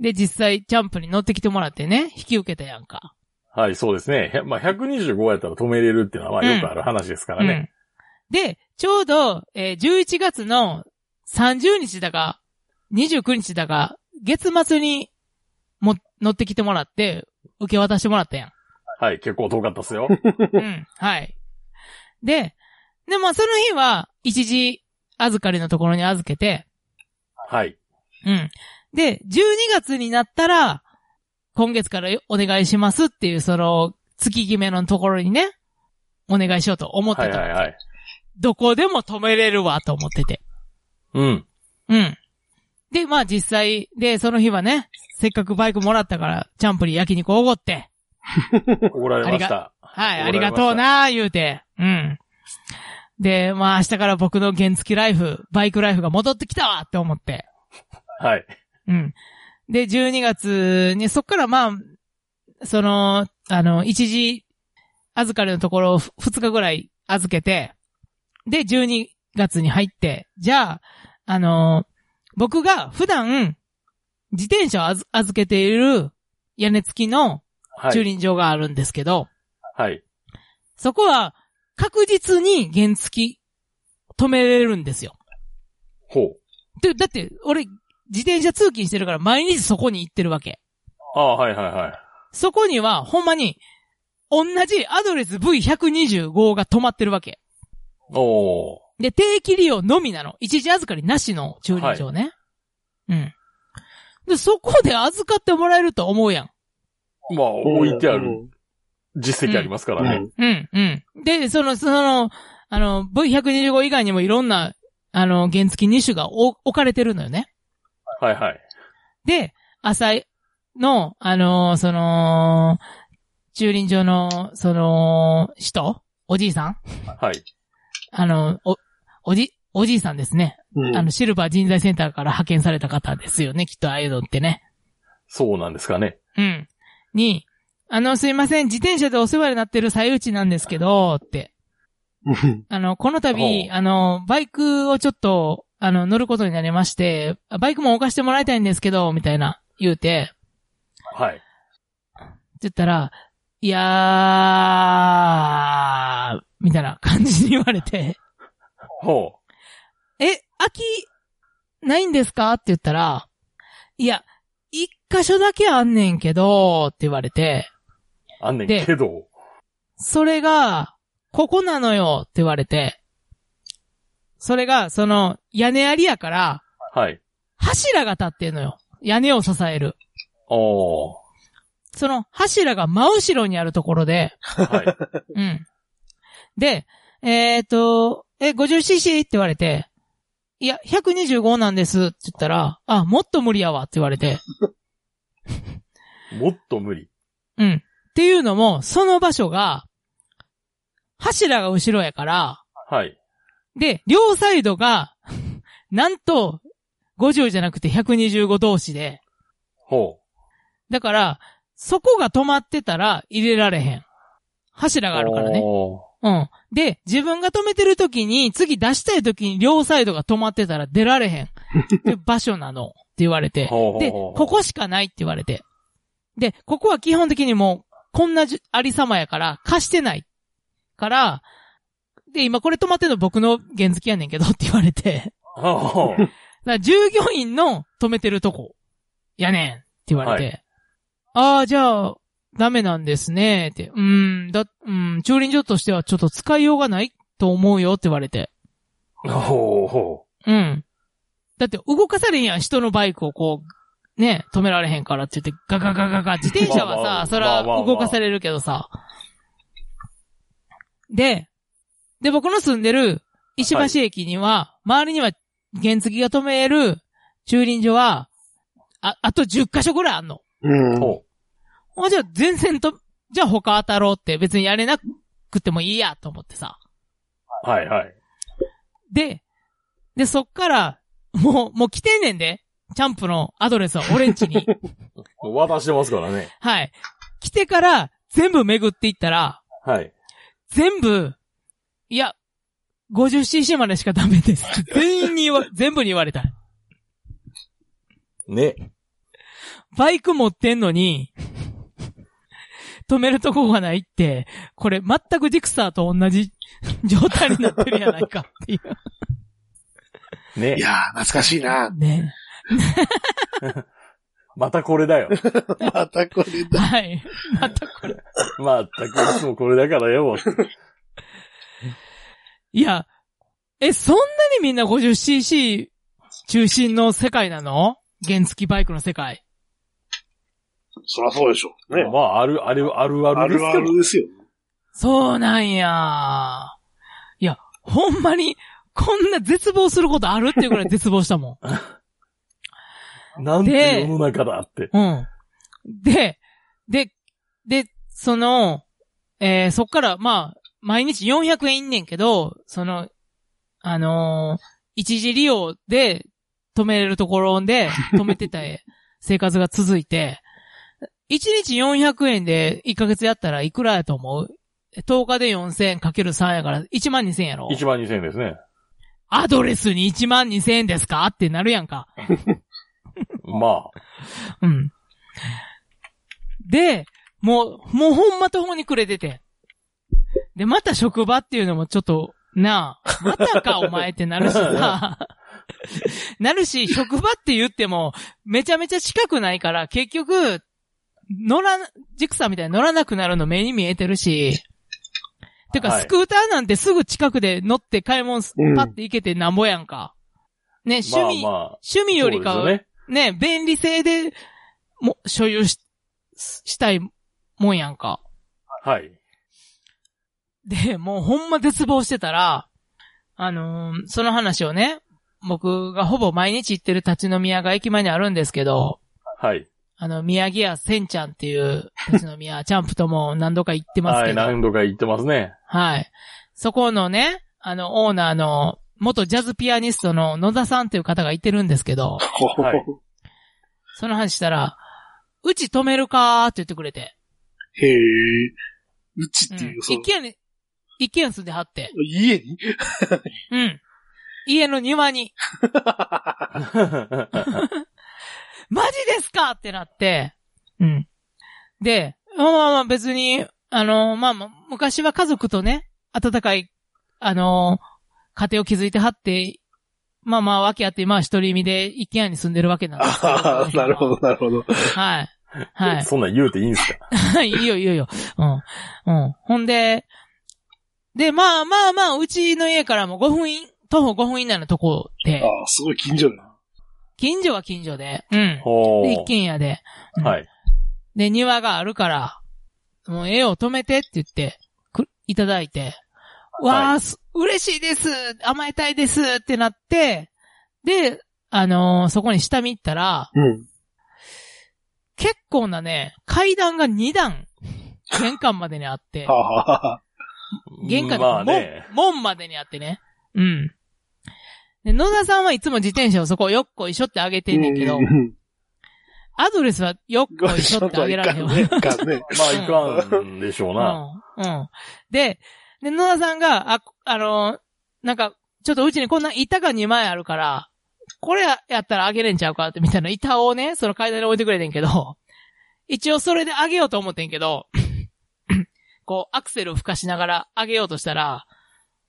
[SPEAKER 3] で、実際、チャンプに乗ってきてもらってね、引き受けたやんか。
[SPEAKER 1] はい、そうですね。へまあ、125やったら止めれるっていうのは、まあ、よくある話ですからね。
[SPEAKER 3] うん。で、ちょうど、えー11月の30日だか、29日だか、月末に、も、乗ってきてもらって、受け渡してもらったやん。
[SPEAKER 1] はい、結構遠かったっす
[SPEAKER 3] [LAUGHS]
[SPEAKER 1] よ。
[SPEAKER 3] うん、はい。で、で、まあ、その日は、一時、預かりのところに預けて、
[SPEAKER 1] はい。
[SPEAKER 3] うん。で、12月になったら、今月からお願いしますっていう、その、月決めのところにね、お願いしようと思って
[SPEAKER 1] は
[SPEAKER 3] た。
[SPEAKER 1] いはいはい。
[SPEAKER 3] どこでも止めれるわと思ってて。
[SPEAKER 1] うん。
[SPEAKER 3] うん。で、まあ実際、で、その日はね、せっかくバイクもらったから、チャンプリー焼肉おごって、
[SPEAKER 1] 怒られました。
[SPEAKER 3] はい、
[SPEAKER 1] 怒
[SPEAKER 3] あ
[SPEAKER 1] られ
[SPEAKER 3] り
[SPEAKER 1] ま
[SPEAKER 3] が
[SPEAKER 1] した
[SPEAKER 3] とう。なー言うて、うん。で、まあ明日から僕の原付ライフ、バイクライフが戻ってきたわって思って。
[SPEAKER 1] はい。
[SPEAKER 3] うん。で、12月に、そっからまあ、その、あの、一時預かりのところをふ2日ぐらい預けて、で、12月に入って、じゃあ、あの、僕が普段、自転車を預預けている屋根付きの
[SPEAKER 1] は
[SPEAKER 3] 駐
[SPEAKER 1] い。
[SPEAKER 3] 輪場があるんですけど、
[SPEAKER 1] はい。
[SPEAKER 3] そこは確実に原付き止めれるんですよ。
[SPEAKER 1] ほう。
[SPEAKER 3] って、だって、俺、自転車通勤してるから毎日そこに行ってるわけ。
[SPEAKER 1] ああ、はいはいはい。
[SPEAKER 3] そこには、ほんまに、同じアドレス V125 が止まってるわけ。
[SPEAKER 1] おー。
[SPEAKER 3] で、定期利用のみなの。一時預かりなしの駐輪場ね。うん。で、そこで預かってもらえると思うやん。
[SPEAKER 1] まあ、置いてある実績ありますか
[SPEAKER 2] う
[SPEAKER 1] ら
[SPEAKER 2] ん。
[SPEAKER 1] ね。
[SPEAKER 3] うん、うん。で、その、その、あの、V125 以外にもいろんな、あの、原付2種がお置かれてるのよね。
[SPEAKER 1] はいはい。
[SPEAKER 3] で、朝の、あのーその、駐輪場の、その、人おじいさん
[SPEAKER 1] はい。
[SPEAKER 3] あの、お、おじ、おじいさんですね。
[SPEAKER 2] うん
[SPEAKER 3] あの、シルバー人材センターから派遣された方ですよね、きっとああいうのってね。
[SPEAKER 1] そうなんですかね。
[SPEAKER 3] うん。に、あの、すいません、自転車でお世話になってる最内なんですけど、って。
[SPEAKER 2] うん
[SPEAKER 3] あの、この
[SPEAKER 1] ほ
[SPEAKER 3] 度、
[SPEAKER 1] う
[SPEAKER 3] あの、バイクをちょっと、あの、乗ることになりまして、バイクも置かしてもらいたいんですけど、みたいな、言うて、
[SPEAKER 1] はい。
[SPEAKER 3] って言ったら、いやー、みたいな感じに言われて、
[SPEAKER 1] ほ
[SPEAKER 3] え、空き、ないんですかって言ったら、いや、一箇所だけあんねんけど、って言われて、
[SPEAKER 1] う。あんねんけど。
[SPEAKER 3] それが、ここなのよ、って言われて、それが、その、屋根ありやから、
[SPEAKER 1] はい。
[SPEAKER 3] 柱が立ってんのよ。屋根を支える。
[SPEAKER 1] おー。
[SPEAKER 3] その柱が真後ろにあるところで、 [LAUGHS]
[SPEAKER 1] はい。
[SPEAKER 3] うん。で、えっ、と、え、50cc って言われて、いや、125なんですって言ったら、あ、もっと無理やわって言われて、
[SPEAKER 1] もっと無理。
[SPEAKER 3] うん。っていうのも、その場所が、柱が後ろやから、
[SPEAKER 1] はい。
[SPEAKER 3] で、両サイドが、 [LAUGHS] なんと、50じゃなくて125同士で、
[SPEAKER 1] ほ
[SPEAKER 3] だから、そこが止まってたら入れられへん。柱
[SPEAKER 1] う。
[SPEAKER 3] があるからね。
[SPEAKER 1] おー
[SPEAKER 3] うん。で、自分が止めてる時に、次出したい時に両サイドが止まってたら出られへん。
[SPEAKER 1] [LAUGHS]
[SPEAKER 3] っていう場所なの。って言われて。
[SPEAKER 1] ほうほう
[SPEAKER 3] で、
[SPEAKER 1] ほう
[SPEAKER 3] ここしかないって言われて。で、ここは基本的にもう、こんなじゅありさまやから、貸してない。から、で、今これ止まってんの僕の原付やねんけどって言われて。 [LAUGHS]
[SPEAKER 1] ほう。
[SPEAKER 3] だから従業員の止めてるとこ、やねんって言われて。ああ、じゃあ、ダメなんですね。って。うーん、だ、うん、駐輪場としてはちょっと使いようがないと思うよって言われて。
[SPEAKER 1] ほうほ
[SPEAKER 3] うん。だって動かされんやん、人のバイクをこう、ね、止められへんからって言って、ガガガガガ、自転車はさ、
[SPEAKER 1] まあまあ
[SPEAKER 3] そ
[SPEAKER 1] まあ
[SPEAKER 3] ら
[SPEAKER 1] まあまあ
[SPEAKER 3] 動かされるけどさ。で、で、僕の住んでる石橋駅には、周りには原付が止める駐輪場は、あ、あと10カ所ぐらいあんの。
[SPEAKER 2] う
[SPEAKER 1] う。
[SPEAKER 2] ん
[SPEAKER 1] ほ
[SPEAKER 3] あ、じゃあ全然と、じゃあ他当たろうって別にやれなくてもいいやと思ってさ。
[SPEAKER 1] う。はいはい。
[SPEAKER 3] で、で、そっから、もう、もう来てんねんで。チャンプのアドレスは俺ん家に。
[SPEAKER 1] もう渡してますからね。
[SPEAKER 3] はい。来てから、全部巡っていったら、
[SPEAKER 1] はい。
[SPEAKER 3] 全部、いや、50cc までしかダメです。全員に言わ、全部に言われた。
[SPEAKER 1] ね。
[SPEAKER 3] バイク持ってんのに、止めるとこがないって、これ全くジクサーと同じ状態になってるやないかっていう。
[SPEAKER 1] ね
[SPEAKER 2] い。やー、懐かしいな。 [LAUGHS]
[SPEAKER 3] ね。
[SPEAKER 1] またこれ
[SPEAKER 3] [LAUGHS]
[SPEAKER 1] だよ。
[SPEAKER 2] またこれだ。
[SPEAKER 3] はい。またこれ。
[SPEAKER 1] まったくいつもこれだからよ。
[SPEAKER 3] いや、え、そんなにみんな 50cc 中心の世界なの原付バイクの世界。
[SPEAKER 2] そりゃそうでしょ。ね。
[SPEAKER 1] まあ、ある、ある、あるあ
[SPEAKER 2] あ
[SPEAKER 1] るです
[SPEAKER 2] るあ
[SPEAKER 1] けど
[SPEAKER 2] る。ですよ。
[SPEAKER 3] そうなんや。いや、ほんまに、こんな絶望することあるっていうくらい絶望したも
[SPEAKER 1] なんて世の中だって。
[SPEAKER 3] ん。うん。で、で、で、その、えーそっから、まあ、毎日400円いんねんけど、その、あのー一時利用で止めれるところ [LAUGHS] で止めてた生活が続いて、1日400円で1ヶ月やったらいくらやと思う ?10 日で4000円かける3やから1万2000円やろ
[SPEAKER 1] 1万2000円ですね。
[SPEAKER 3] アドレスに1万2000円ですかってなるやんか。
[SPEAKER 1] ま
[SPEAKER 3] うん。で、もう、もうほんま途方に暮れてて。
[SPEAKER 1] [LAUGHS]
[SPEAKER 3] で、また職場っていうのもちょっと、なあ、またかお前ってなるしさ。なるし、職場って言っても、めちゃめちゃ近くないから、結局、乗ら、ジクさんみたいに乗らなくなるの目に見えてるし、てか、
[SPEAKER 1] はい
[SPEAKER 3] スクーターなんてすぐ近くで乗って買い物す
[SPEAKER 2] うん
[SPEAKER 3] パッて行けてなんぼやんか。ね、趣味、
[SPEAKER 1] まあまあ。
[SPEAKER 3] 趣味よりか
[SPEAKER 1] そう
[SPEAKER 3] は
[SPEAKER 1] ですよね。
[SPEAKER 3] ね、便利性で、も、所有し、したいもんやんか。
[SPEAKER 1] はい。
[SPEAKER 3] で、もうほんま絶望してたら、あのーその話をね、僕がほぼ毎日行ってる立ち飲み屋が駅前にあるんですけど、
[SPEAKER 1] はい。
[SPEAKER 3] あの、宮城屋せんちゃんっていう立ち飲み [LAUGHS] 屋、チャンプとも何度か行ってます
[SPEAKER 1] は
[SPEAKER 3] け
[SPEAKER 1] い、
[SPEAKER 3] ど、はい、
[SPEAKER 1] 何度か言ってますね。
[SPEAKER 3] そこのね、あの、オーナーの、元ジャズピアニストの野田さんっていう方がいてるんですけ
[SPEAKER 1] は
[SPEAKER 3] ど、
[SPEAKER 1] い
[SPEAKER 3] その話したら、うち止めるかーって言ってくれて。
[SPEAKER 2] [LAUGHS] へえ。うち
[SPEAKER 3] う
[SPEAKER 2] って
[SPEAKER 3] ん
[SPEAKER 2] いう、その
[SPEAKER 3] 一、軒家に、一軒家に住んではって。
[SPEAKER 2] 家
[SPEAKER 3] [LAUGHS]
[SPEAKER 2] に
[SPEAKER 3] うん。家の庭に、マジですかってなって、うん。で、まあまあまあ別に、あのまあまあ、昔は家族とね、温かい、あの家庭を築いてはって、まあまあ、わけあって、まあ一人身で一軒家に住んでるわけなんですけ
[SPEAKER 2] ああ、なるほど、。なるほ [LAUGHS] ど。
[SPEAKER 3] はい。はい。
[SPEAKER 1] [LAUGHS] そんなん言うていいんすか
[SPEAKER 3] はい、い [LAUGHS] いよ、いいよ、いいよ。うん。うん。ほんで、で、まあまあまあ、うちの家からも5分い、徒歩5分以内のとこで、
[SPEAKER 2] ああ、すごい近所だな。
[SPEAKER 3] 近所は近所で、うん。
[SPEAKER 1] ほ
[SPEAKER 3] で、一
[SPEAKER 1] う。
[SPEAKER 3] 軒家で、うん
[SPEAKER 1] はい。
[SPEAKER 3] で、庭があるから、もう絵を止めてって言って、く、いただいて、わー、す嬉しいです甘えたいですってなって、で、あのーそこに下見行ったら、
[SPEAKER 2] うん。
[SPEAKER 3] 結構なね、階段が2段、玄関までにあって
[SPEAKER 1] [LAUGHS]
[SPEAKER 2] は、あ、はあ、
[SPEAKER 3] 玄関の
[SPEAKER 1] まあ
[SPEAKER 3] 門,、
[SPEAKER 1] ね。
[SPEAKER 3] 門までにあってね。うん。で、野田さんはいつも自転車をそこをよっこいしょってあげてんねんけど
[SPEAKER 2] う、ん
[SPEAKER 3] アドレスはよっ
[SPEAKER 2] ご
[SPEAKER 3] こいしょってあげられへんわ。
[SPEAKER 2] ね。いかんね。
[SPEAKER 1] まあ、いかんでしょうな。
[SPEAKER 3] うん。うん。で、で、野田さんが、あ、あのーなんか、ちょっとうちにこんな板が2枚あるから、これやったらあげれんちゃうかってみたいな板をね、その階段に置いてくれてんけど、一応それであげようと思ってんけど、こう、アクセルを吹かしながらあげようとしたら、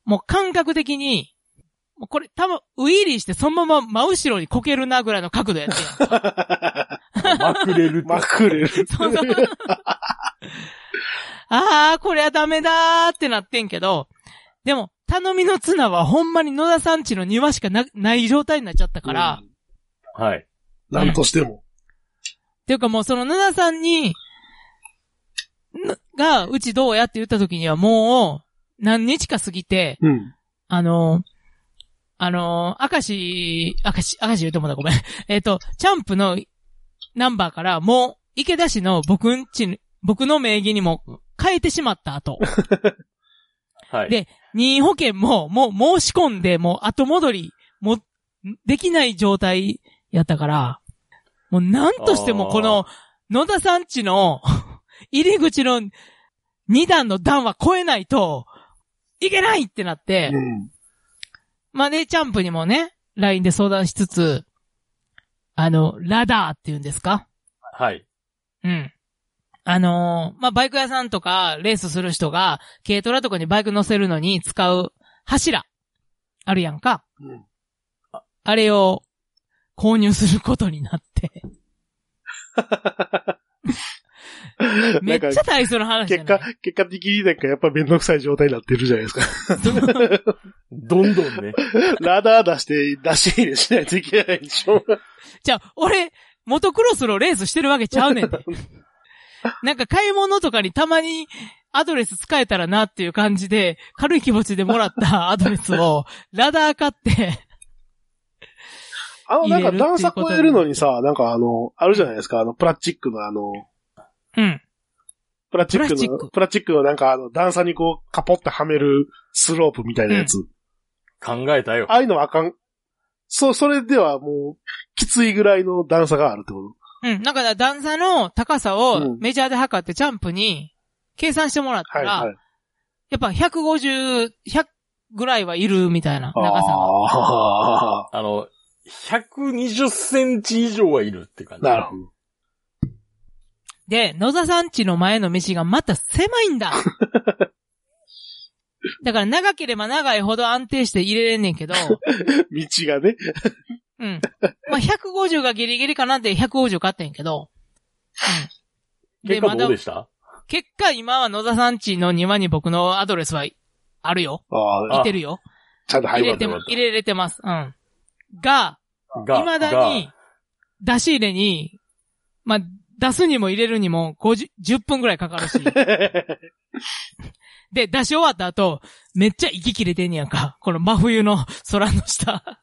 [SPEAKER 3] もう感覚的に、もうこれ多分、ウィーリーしてそのまま真後ろにこけるなぐらいの角度やってん
[SPEAKER 1] まくれると。
[SPEAKER 2] まくれる。
[SPEAKER 3] [LAUGHS] そうそう [LAUGHS] ああ、こりゃダメだーってなってんけど、でも、頼みの綱はほんまに野田さんちの庭しかなない状態になっちゃったから、
[SPEAKER 2] う
[SPEAKER 3] っ
[SPEAKER 2] ん、
[SPEAKER 1] はい。
[SPEAKER 2] なんとしても。
[SPEAKER 3] ていうかもうその野田さんに、のが、うちどうやって言った時にはもう、何日か過ぎて、
[SPEAKER 2] うん。
[SPEAKER 3] あの、あの、明石、明石、明石言うてもだ、ごめん。 [LAUGHS] えっ、と、チャンプのナンバーからもう、池田市の僕んちに、僕の名義にも変えてしまった後、
[SPEAKER 1] はい。
[SPEAKER 3] で任意保険ももう申し込んで、もう後戻り、もう、できない状態やったから、もうなんとしてもこの、野田さんちの [LAUGHS] 入り口の2段の段は越えないと、いけないってなって、
[SPEAKER 2] うん。
[SPEAKER 3] まあね、チャンプにもね、LINE で相談しつつ、あの、ラダーって言うんですか
[SPEAKER 1] はい。
[SPEAKER 3] うん。あのーまあ、バイク屋さんとか、レースする人が、軽トラとかにバイク乗せるのに使う柱、あるやんか。
[SPEAKER 2] うん
[SPEAKER 3] あれを購入することになって。
[SPEAKER 2] [LAUGHS]
[SPEAKER 3] めっちゃ大層の話じゃ
[SPEAKER 2] 結
[SPEAKER 3] な
[SPEAKER 2] 果
[SPEAKER 3] い、
[SPEAKER 2] 結果的になんかやっぱめんどくさい状態になってるじゃないです
[SPEAKER 3] [LAUGHS]
[SPEAKER 2] か。
[SPEAKER 1] どんどんね。
[SPEAKER 2] ラダー出して、出し入れしないといけないでしょ。
[SPEAKER 3] じゃあ、俺、モトクロスのレースしてるわけちゃうね
[SPEAKER 2] [LAUGHS]
[SPEAKER 3] んて。なんか買い物とかにたまにアドレス使えたらなっていう感じで、軽い気持ちでも
[SPEAKER 2] [LAUGHS]
[SPEAKER 3] らったアドレスを、ラダー買って、
[SPEAKER 2] あの、なんか
[SPEAKER 3] 入れるって
[SPEAKER 2] 段
[SPEAKER 3] いう
[SPEAKER 2] 差
[SPEAKER 3] こと
[SPEAKER 2] 超えるのにさ、なんかあの、あるじゃないですか、あの、プラスチックのあの、
[SPEAKER 3] うん。
[SPEAKER 2] プラスチック
[SPEAKER 3] プラスチッ
[SPEAKER 2] の、
[SPEAKER 3] ク
[SPEAKER 2] プラスチックのなんかあの、段差にこう、カポってはめるスロープみたいなやつ。
[SPEAKER 1] 考えたよ
[SPEAKER 2] あ。あいうのはあかん。そう、それではもう、きついぐらいの段差があるってこ
[SPEAKER 3] うん。だから段差の高さ
[SPEAKER 2] う
[SPEAKER 3] を
[SPEAKER 2] ん
[SPEAKER 3] メジャーで測ってジャンプに計算してもらっ
[SPEAKER 2] と
[SPEAKER 3] た
[SPEAKER 2] はい
[SPEAKER 3] ら、
[SPEAKER 2] はい。
[SPEAKER 3] やっぱ150、100ぐらいはいるみたいな長さが。
[SPEAKER 2] ああ、
[SPEAKER 1] あの、120センチ以上はいるって感じ。
[SPEAKER 2] なるほど。
[SPEAKER 1] [LAUGHS]
[SPEAKER 3] で、野田さん家の前の道がまた狭いんだ。だから長ければ長いほど安定して入れれんねんけど、
[SPEAKER 2] 道がね。
[SPEAKER 3] うん。まあ、150がギリギリかなって150買ってんけど、うん。
[SPEAKER 1] 結果どうでした
[SPEAKER 3] 結果今は野田さんちの庭に僕のアドレスはあるよ。
[SPEAKER 2] ああ、
[SPEAKER 3] いてるよ。
[SPEAKER 2] ちゃんと入
[SPEAKER 3] 入
[SPEAKER 2] る
[SPEAKER 1] よ
[SPEAKER 3] れ
[SPEAKER 1] か
[SPEAKER 2] わ
[SPEAKER 1] ったよかっ、
[SPEAKER 2] ね。
[SPEAKER 3] てま
[SPEAKER 1] た
[SPEAKER 3] 入れれてます。うん。が、
[SPEAKER 1] が、
[SPEAKER 3] 未だに、出し入れに、まあ、出すにも入れるにも50、10分くらいか
[SPEAKER 1] [LAUGHS]
[SPEAKER 3] かるし。で、出し終わった後、めっちゃ息切れてんねやんか。この真冬の空の下。
[SPEAKER 1] が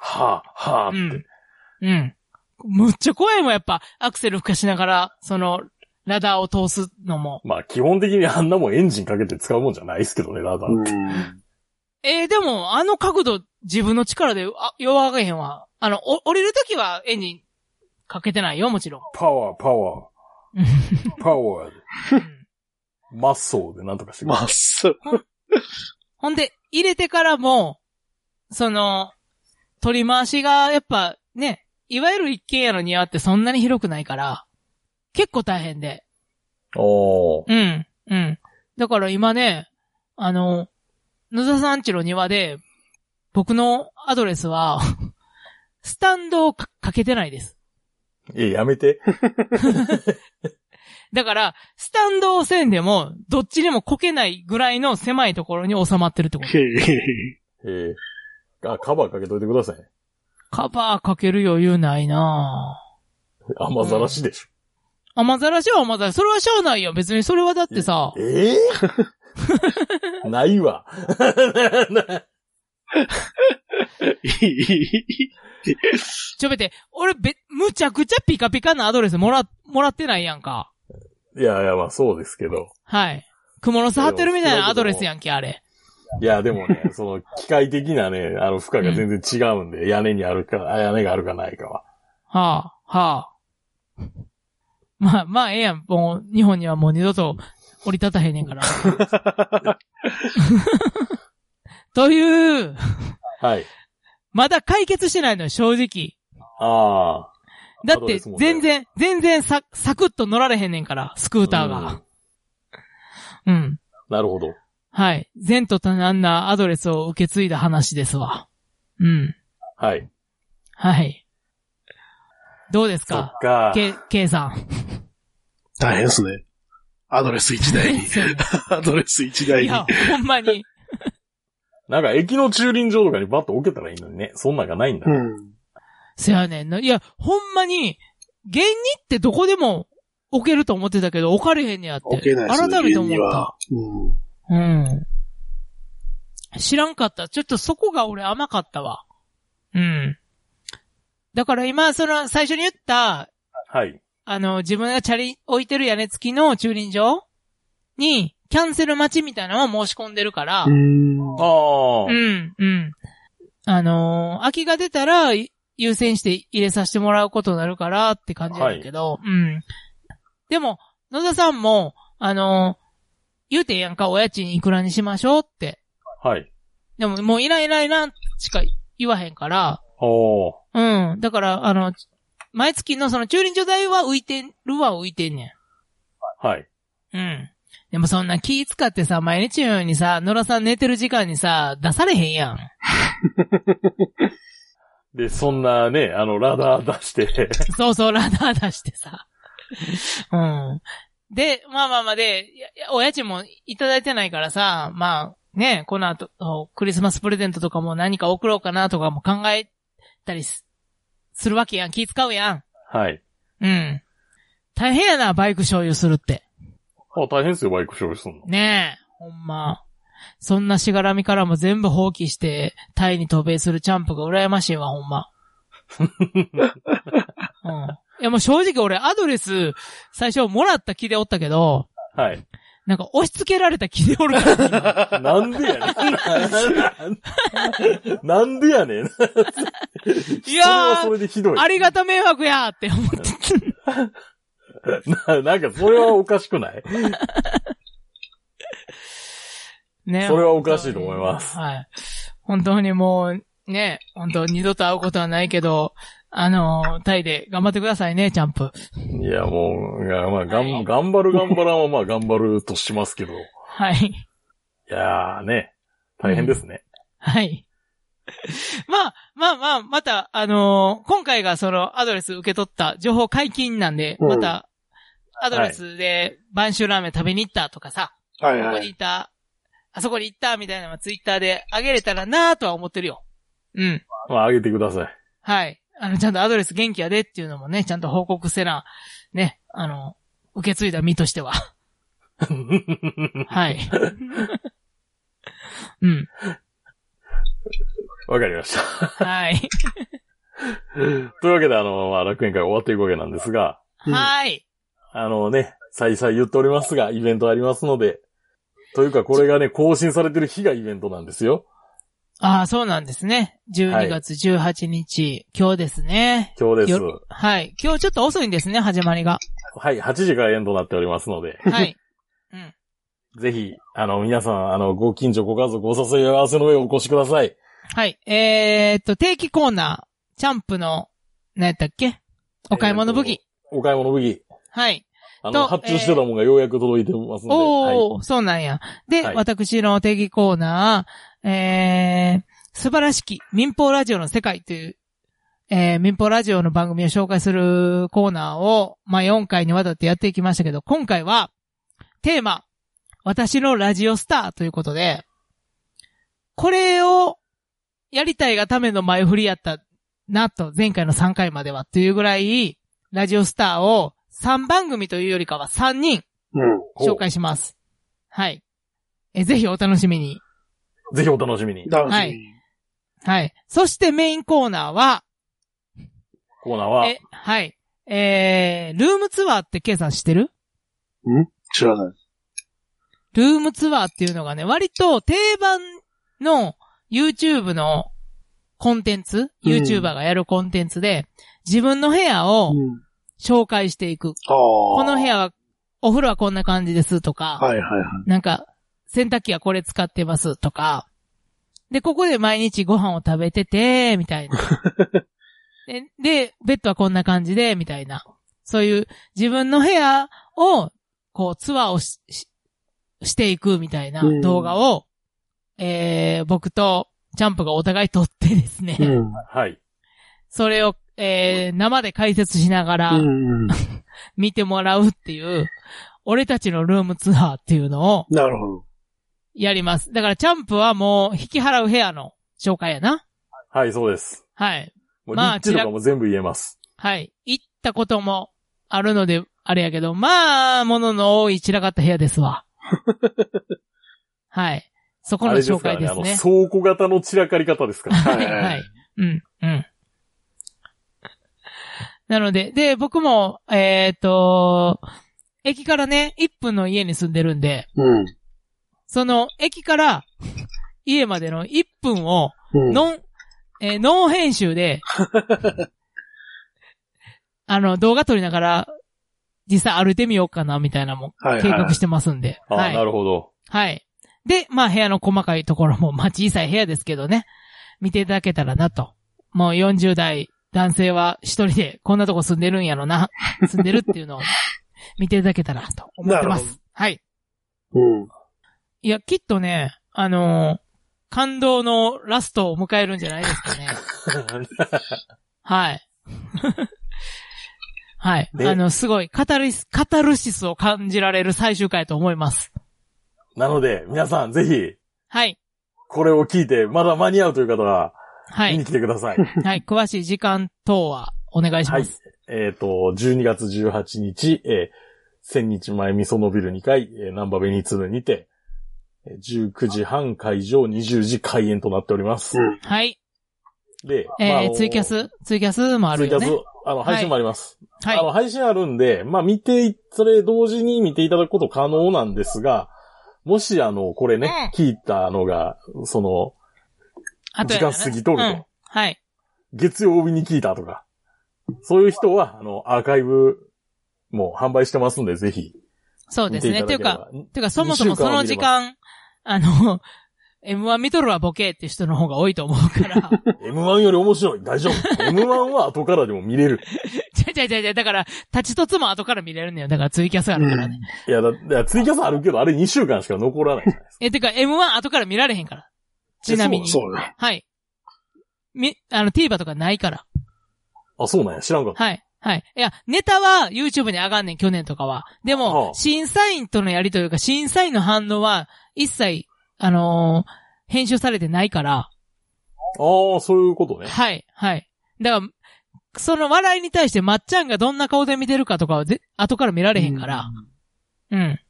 [SPEAKER 1] はあ、はあっ
[SPEAKER 3] う
[SPEAKER 1] て。
[SPEAKER 3] ん。うん。むっちゃ怖いもん、やっぱ、アクセル吹かしながら、その、ラダーを通すのも。
[SPEAKER 1] まあ、基本的にあんなもんエンジンかけて使うもんじゃないですけどね、ラダー。
[SPEAKER 2] うん。
[SPEAKER 3] えー、でも、あの角度、自分の力で、あ、弱がへんわ。あの、お降りるときは、エンジン、かけてないよ、もちろん。
[SPEAKER 1] パワー、パ
[SPEAKER 3] [LAUGHS]
[SPEAKER 1] ワ
[SPEAKER 3] うん
[SPEAKER 1] ー、パワー、マッソーでなんとかしてくれ
[SPEAKER 2] まっすぐ。
[SPEAKER 3] ほんで、入れてからも、その、取り回しが、やっぱ、ね、いわゆる一軒家の庭ってそんなに広くないから、結構大変で。
[SPEAKER 1] おー。
[SPEAKER 3] うん、うん。だから今ね、あの、野田さんちの庭で、僕のアドレスは、 [LAUGHS] スタンドをかかけてないです。
[SPEAKER 1] え、やめて。
[SPEAKER 3] だから、スタンドをせんでも、どっちにもこけないぐらいの狭いところに収まってるってこと。
[SPEAKER 2] へえへえへえ
[SPEAKER 1] えー、あ、カバーかけといてください。
[SPEAKER 3] カバーかける余裕ないなぁ。
[SPEAKER 1] 雨ざらしでし
[SPEAKER 3] 雨ざらしは雨ざらし。それはしょうないよ。別にそれはだって
[SPEAKER 1] ょ。、
[SPEAKER 3] さ
[SPEAKER 1] えー [LAUGHS] ないわ。
[SPEAKER 2] いいいいいい
[SPEAKER 3] ちょべて、俺べ、むちゃくちゃピカピカなアドレスもら、もらってないやんか。
[SPEAKER 1] いやいや、まあそうですけど。
[SPEAKER 3] はい。蜘蛛の巣張ってるみたいなアドレスやんけ、あれ。
[SPEAKER 1] いや、でもね、その、機械的なね、あの、負荷が全然違うんで、屋根にあるか、あ屋根があるかないかは。
[SPEAKER 3] はあ、はあ。まあ、まあ、ええやん。もう、日本にはもう二度と降り立たへんねんから。
[SPEAKER 1] [LAUGHS]
[SPEAKER 3] という、
[SPEAKER 1] はい。
[SPEAKER 3] まだ解決してないのよ、正直。
[SPEAKER 1] ああ。
[SPEAKER 3] だ
[SPEAKER 1] アド
[SPEAKER 3] っ
[SPEAKER 1] レ
[SPEAKER 3] て
[SPEAKER 1] スも、ね
[SPEAKER 3] 全然、全然サ、サクッと乗られへんねんから、スクーター
[SPEAKER 1] う
[SPEAKER 3] が
[SPEAKER 1] ん。
[SPEAKER 3] うん。
[SPEAKER 1] なるほど。
[SPEAKER 3] はい。前途多難なアドレスを受け継いだ話ですわ。うん。
[SPEAKER 1] はい。
[SPEAKER 3] はい。どうです
[SPEAKER 1] そ
[SPEAKER 3] か
[SPEAKER 1] っか。
[SPEAKER 3] け、け
[SPEAKER 2] [LAUGHS]
[SPEAKER 3] いさん。
[SPEAKER 2] [LAUGHS] 大変ですね。アドレス1台に。
[SPEAKER 3] [LAUGHS] そうね
[SPEAKER 2] アドレス1台
[SPEAKER 3] [LAUGHS] い
[SPEAKER 2] に。
[SPEAKER 3] や、ほんまに。
[SPEAKER 1] なんか駅の駐輪場とかにバッと置けたらいいのにね。そんなんがないんだ。
[SPEAKER 2] うん。
[SPEAKER 3] せやねんな。いや、ほんまに、現にってどこでも置けると思ってたけど、置かれへんねやって。
[SPEAKER 2] 置けないですね。
[SPEAKER 3] 改めて思
[SPEAKER 2] 現に
[SPEAKER 3] っ
[SPEAKER 2] は
[SPEAKER 3] た。
[SPEAKER 2] うん。。
[SPEAKER 3] うん。知らんかった。ちょっとそこが俺甘かったわ。うん。だから今、その、最初に言った、
[SPEAKER 1] はい。
[SPEAKER 3] あの、自分がチャリ置いてる屋根付きの駐輪場に、キャンセル待ちみたいなのを申し込んでるから、
[SPEAKER 2] うん
[SPEAKER 1] ああ、
[SPEAKER 3] うん、うん。あのー空きが出たら、い優先して入れさせてもらうことになるからって感じだけど、うん。でも、野田さんも、あのー言うてんやんか、お家賃いくらにしましょうって。
[SPEAKER 1] はい。
[SPEAKER 3] でも、もういらんいらんいらんしか言わへんから、
[SPEAKER 1] おー。
[SPEAKER 3] うん。だから、あの、毎月のその駐輪場代は浮いてるは浮いてんねん。
[SPEAKER 1] はい。
[SPEAKER 3] うん。でもそんな気使ってさ、毎日のようにさ、野田さん寝てる時間にさ、出されへんやん。
[SPEAKER 1] で、そんなね、あの、ラダー出して、 [LAUGHS]
[SPEAKER 3] そうそう、ラダー出してさ。 [LAUGHS] うん。で、まあまあまあで、いやいやお家賃もいただいてないからさ、まあね、この後、クリスマスプレゼントとかも何か送ろうかなとかも考えたりすするわけやん。気使うや
[SPEAKER 1] はい。
[SPEAKER 3] ん。うん。大変やな、バイク所有するって。
[SPEAKER 1] あ大変ですよ、バイク処理するの。
[SPEAKER 3] ねえ、ほんま。そんなしがらみからも全部放棄して、タイに渡米するチャンプが羨ましいわ、ほん
[SPEAKER 1] [LAUGHS]
[SPEAKER 3] ま。うん。いや、もう正直俺、アドレス、最初もらった気でおったけど、
[SPEAKER 1] はい。
[SPEAKER 3] なんか押し付けられた気でお
[SPEAKER 1] [LAUGHS]
[SPEAKER 3] るから
[SPEAKER 1] な
[SPEAKER 3] 今
[SPEAKER 1] んでやねん。なんでやねん。
[SPEAKER 3] い
[SPEAKER 1] それは
[SPEAKER 3] や
[SPEAKER 1] そ
[SPEAKER 3] ー、
[SPEAKER 1] れでひどい。
[SPEAKER 3] ありがた迷惑やーって思って。
[SPEAKER 1] ななんか、それはおかしくない
[SPEAKER 3] ね。。
[SPEAKER 1] それはおかしいと思います
[SPEAKER 3] はい。本当にもう、ね、本当二度と会うことはないけど、あのータイで頑張ってくださいね、チャンプ。
[SPEAKER 1] いや、もう、いやまあ、が
[SPEAKER 3] は
[SPEAKER 1] ん、
[SPEAKER 3] い
[SPEAKER 1] 頑張る頑張らんはまあ、頑張るとしますけど。い
[SPEAKER 3] はい。
[SPEAKER 1] いやーね、大変ですね。
[SPEAKER 3] はい。 [LAUGHS] まあ、まあまあ、また、あのー今回がそのアドレス受け取った情報解禁なんで、
[SPEAKER 2] うん
[SPEAKER 3] また、アドレスで晩秋ラーメン食べに行ったとかさ、
[SPEAKER 2] はい
[SPEAKER 3] ここ
[SPEAKER 2] は
[SPEAKER 3] に
[SPEAKER 2] い。
[SPEAKER 3] いた、あそこに行ったみたいなのはツイッターであげれたらなーとは思ってるよ。うん。
[SPEAKER 1] まあ、あげてください。 [LAUGHS]
[SPEAKER 3] はい。あの、ちゃんとアドレス元気やでっていうのもね、ちゃんと報告せな、ね、あの、受け継いだ身としては。
[SPEAKER 2] [LAUGHS]
[SPEAKER 3] はい。うん。
[SPEAKER 1] わかりました。
[SPEAKER 3] はい。
[SPEAKER 1] というわけで、あの、まあ、楽園会終わっていくわけなんですが、
[SPEAKER 2] うん
[SPEAKER 3] はい。
[SPEAKER 1] あのね、再々言っておりますが、イベントありますので、というか、これがね、更新されてる日がイベントなんですよ。
[SPEAKER 3] ああ、そうなんですね。
[SPEAKER 1] は
[SPEAKER 3] 12
[SPEAKER 1] い
[SPEAKER 3] 月18日、今日ですね。
[SPEAKER 1] 今日です。
[SPEAKER 3] よはい。今日ちょっと遅いんですね、始
[SPEAKER 1] [LAUGHS]
[SPEAKER 3] まりが。
[SPEAKER 1] はい、8時からエンドになっておりますので、
[SPEAKER 3] はい。
[SPEAKER 1] ぜひ、あの、皆さん、あの、ご近所、ご家族、ご誘い合わせの上お越しください。
[SPEAKER 3] はい。えー、っと、定期コーナー、チャンプの、何やったっけお買い物武器。
[SPEAKER 1] お買い物武器。
[SPEAKER 3] はい。
[SPEAKER 1] あ
[SPEAKER 3] と
[SPEAKER 1] の、発注してたもんがようやく届いてますので、はい
[SPEAKER 3] おー、そうなんや。で、
[SPEAKER 1] はい
[SPEAKER 3] 私の定義コーナー、えー、素晴らしき民放ラジオの世界という、えー、民放ラジオの番組を紹介するコーナーを、まあ、4回にわたってやっていきましたけど、今回は、テーマ、私のラジオスターということで、これをやりたいがための前振りやったなと、前回の3回まではというぐらい、ラジオスターを3番組というよりかは3人、
[SPEAKER 2] うん。
[SPEAKER 1] ほう
[SPEAKER 3] 紹介します。はい。え、ぜひお楽しみに。
[SPEAKER 1] ぜひお楽しみに。
[SPEAKER 2] 楽
[SPEAKER 3] は
[SPEAKER 2] し
[SPEAKER 3] い
[SPEAKER 2] み。
[SPEAKER 3] はい。そしてメインコーナーは、
[SPEAKER 1] コーナーは
[SPEAKER 3] え、、はい。えー、ルームツアーって計算してる
[SPEAKER 2] 知らない。
[SPEAKER 3] ルームツアーっていうのがね、割と定番の YouTube のコンテンツ、
[SPEAKER 2] うん
[SPEAKER 3] YouTuber がやるコンテンツで、自分の部屋を
[SPEAKER 2] うん。
[SPEAKER 3] 紹介していく。
[SPEAKER 2] ああ。
[SPEAKER 3] こ
[SPEAKER 2] こ
[SPEAKER 3] の部。屋は、お風呂はこんな感じですとか、
[SPEAKER 2] はいはいはい。
[SPEAKER 3] なんか、洗濯機はこれ使ってますとか、で、ここで毎日ご飯を食べてて、みた
[SPEAKER 2] [LAUGHS]
[SPEAKER 3] いな。でで、ベッドはこんな感じで、みたいな。そういう自分の部屋を、こう、ツアーをし、ししていくみたいな
[SPEAKER 2] うん
[SPEAKER 3] 動画を、えー、僕とジャンプがお互い撮ってですね、
[SPEAKER 2] うん。
[SPEAKER 1] はい。
[SPEAKER 3] それを、えー、生で解説しなが
[SPEAKER 2] う
[SPEAKER 3] ら
[SPEAKER 2] ん。
[SPEAKER 3] 見てもらうっていう、俺たちのルームツアーっていうのを、
[SPEAKER 2] なるほど。
[SPEAKER 3] やります。だから、チャンプはもう、引き払う部屋の紹介やな。
[SPEAKER 1] はい、そうです。
[SPEAKER 3] はい。
[SPEAKER 1] もう、
[SPEAKER 3] まあ
[SPEAKER 1] 立地とかも全部言えます。
[SPEAKER 3] はい。行ったこともあるので、あれやけど、まあ、ものの多い散らかった部屋で
[SPEAKER 1] [LAUGHS]
[SPEAKER 3] すわ。はい。そこ
[SPEAKER 1] あ
[SPEAKER 3] の
[SPEAKER 1] れです
[SPEAKER 3] 紹
[SPEAKER 1] から
[SPEAKER 3] 介
[SPEAKER 1] ね、
[SPEAKER 3] です
[SPEAKER 1] あの、
[SPEAKER 3] ね。
[SPEAKER 1] 倉庫型の散らかり方です
[SPEAKER 3] [LAUGHS]
[SPEAKER 1] から。
[SPEAKER 2] は
[SPEAKER 3] はいい、は
[SPEAKER 2] はいい。。
[SPEAKER 3] うん、うん。なので、で、僕も、えっ、と、駅からね、1分の家に住んでるんで、
[SPEAKER 2] うん。
[SPEAKER 3] その、駅から、家までの1分を、
[SPEAKER 2] うん。
[SPEAKER 3] ノン、えーノン編
[SPEAKER 2] [LAUGHS]
[SPEAKER 3] 集で、あの、動画撮りながら、実際歩いてみようかな、みたいなのも
[SPEAKER 2] はい
[SPEAKER 3] 計
[SPEAKER 2] は
[SPEAKER 3] 画
[SPEAKER 2] い
[SPEAKER 3] してますんで。
[SPEAKER 1] あ
[SPEAKER 3] は
[SPEAKER 1] あ、
[SPEAKER 3] い。
[SPEAKER 1] なるほど。 [LAUGHS]
[SPEAKER 3] はい。で、まあ部屋の細かいところも、まあ小さい部屋ですけどね、見ていただけたらなと。もう40代男性は一人でこんなとこ住んでるんや
[SPEAKER 2] [LAUGHS]
[SPEAKER 3] ろな、住んでるっていうのを見ていただけたらと思ってま
[SPEAKER 2] なる
[SPEAKER 3] す。はい。
[SPEAKER 2] うん。
[SPEAKER 3] いや、きっとね、あのー感動のラストを迎えるんじゃないですかね。はい。 [LAUGHS] はい。
[SPEAKER 1] で
[SPEAKER 3] あの、すごい、カタルシス、カタルシスを感じられる最終回と思います。
[SPEAKER 1] なので、皆さん、ぜひ、
[SPEAKER 3] はい。
[SPEAKER 1] これを聞いて、まだ間に合うという方は、
[SPEAKER 3] は
[SPEAKER 1] 見
[SPEAKER 3] い
[SPEAKER 1] に。来てください。
[SPEAKER 3] はい。詳しい時間等はお願いします。
[SPEAKER 1] えっ、と、12月18日、えー、1000日前味噌のビル2回、えー、ナンバベニツルにて、えー19時半会場、20時開演となっております。
[SPEAKER 2] うん
[SPEAKER 3] はい。
[SPEAKER 1] で、まああ
[SPEAKER 3] えー
[SPEAKER 1] の
[SPEAKER 3] ツイキャス、ツイキャスもあ
[SPEAKER 1] ツ
[SPEAKER 3] る
[SPEAKER 1] イキャ
[SPEAKER 3] よ
[SPEAKER 1] ス
[SPEAKER 3] ね。、
[SPEAKER 1] あの、配信もあります。
[SPEAKER 3] は
[SPEAKER 1] あの、
[SPEAKER 3] い。
[SPEAKER 1] 配信あるんで、まあ見てい、それ同時に見ていただくこと可能なんですが、もしあの、これね、聞いたのが、その、
[SPEAKER 3] あとや
[SPEAKER 1] 時
[SPEAKER 3] な
[SPEAKER 1] 間過ぎとると
[SPEAKER 3] うんはい。
[SPEAKER 1] 月曜日に聞いたとか、そういう人は、あの、アーカイブも販売してますんで、ぜひ、
[SPEAKER 3] そう
[SPEAKER 1] 見
[SPEAKER 3] で
[SPEAKER 1] て
[SPEAKER 3] す
[SPEAKER 1] いただ
[SPEAKER 3] ね。とい
[SPEAKER 1] けれ
[SPEAKER 3] うか、
[SPEAKER 1] ば。
[SPEAKER 3] というか、そもそもその時間、あの、M1 見とるはボケっていう人の方
[SPEAKER 1] [LAUGHS]
[SPEAKER 3] が多いと思うから。 [LAUGHS]
[SPEAKER 1] M1 より面白い。大丈夫。M1 は後からでも見れる。
[SPEAKER 3] ちゃ違う違う違う。だから、立ちとつも後から見れるんだよ。だからツイキャスあるからね。
[SPEAKER 1] いや、だいやツイキャスあるけど、あれ2週間しか残らないじゃないですか。
[SPEAKER 3] え、てか M1 後から見られへんから。ちなみに。
[SPEAKER 2] そうそうね。
[SPEAKER 3] はい。み、あの TVer とかないから。
[SPEAKER 1] あ、そうなんや。知らんかった。
[SPEAKER 3] はい。はい。いや、ネタは YouTube に上がんねん、去年とかは。で
[SPEAKER 1] は
[SPEAKER 3] も
[SPEAKER 1] あ、
[SPEAKER 3] 審査員とのやりというか、審査員の反応は、一切、あのー編集されてないから。
[SPEAKER 1] ああ、そういうことね。
[SPEAKER 3] はい、はい。だから、その笑いに対して、まっちゃんがどんな顔で見てるかとかは、ぜ後から見られへんから。うん。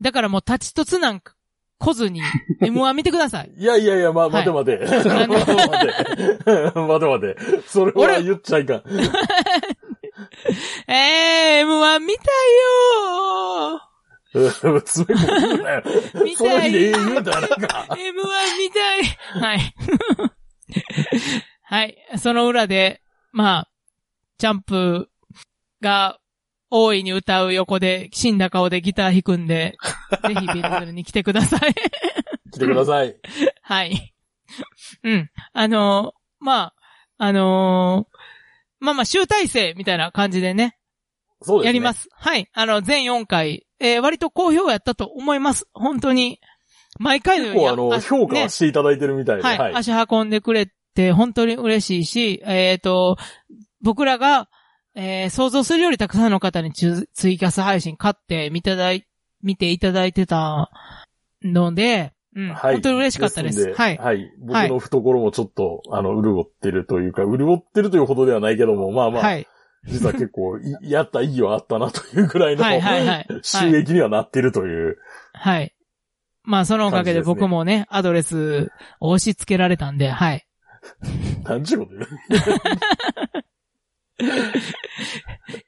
[SPEAKER 3] だからもう、立ちとつなんか、来ずに、M1 見てください。
[SPEAKER 1] いやいやいや、ま、
[SPEAKER 3] は
[SPEAKER 1] 待
[SPEAKER 3] い
[SPEAKER 1] て待
[SPEAKER 3] [LAUGHS]
[SPEAKER 1] て。 [LAUGHS]
[SPEAKER 3] あの
[SPEAKER 1] 待て待て。待て待て。それは
[SPEAKER 3] 俺
[SPEAKER 1] 言っちゃいかん。
[SPEAKER 3] えー、M1 見たいよ
[SPEAKER 1] [LAUGHS] うん詰め込むなよ。
[SPEAKER 3] 見
[SPEAKER 1] その
[SPEAKER 3] た
[SPEAKER 1] 日
[SPEAKER 3] い
[SPEAKER 1] で言うたらなん
[SPEAKER 3] [LAUGHS]
[SPEAKER 1] か。
[SPEAKER 3] ー !M1 見たいはい。 [LAUGHS] はい。その裏で、まあ、ジャンプが、大いに歌う横で、死んだ顔でギター弾くんで、ぜひビーズルに来てください。 [LAUGHS]
[SPEAKER 1] 来てください。
[SPEAKER 3] はい。うん。あのーまあ、あのーまあまあ、集大成みたいな感じでね、
[SPEAKER 1] そうですね。。
[SPEAKER 3] やりますす。はい。あの、全4回、えー割と好評やったと思います。本当に、毎回のよ
[SPEAKER 1] 結
[SPEAKER 3] うに
[SPEAKER 1] 構あの、
[SPEAKER 3] あ
[SPEAKER 1] 評価は
[SPEAKER 3] ね
[SPEAKER 1] していただいてるみたいで。
[SPEAKER 3] はい、
[SPEAKER 1] はい。
[SPEAKER 3] 足運んでくれて、本当に嬉しいし、えっ、と、僕らが、えー想像するよりたくさんの方にツイツイキャス配信買って見ていただい、見ていただいてたので、うん、
[SPEAKER 1] はい
[SPEAKER 3] 本当に嬉しかったです。
[SPEAKER 1] の
[SPEAKER 3] はい。
[SPEAKER 1] はい。僕
[SPEAKER 3] はい
[SPEAKER 1] の懐もちょっと、あの、潤ってるというか、潤ってるというほどではないけども、まあまあ、
[SPEAKER 3] はい。
[SPEAKER 1] 実は結構、いやった意義はあったなというぐらいの、
[SPEAKER 3] はいはいはい
[SPEAKER 1] [LAUGHS] 収益にはなってるという。
[SPEAKER 3] はい。まあ、そのおかげで僕もね、アドレスを押し付けられたんで、はい。
[SPEAKER 1] [LAUGHS] 何ちゅうこと言う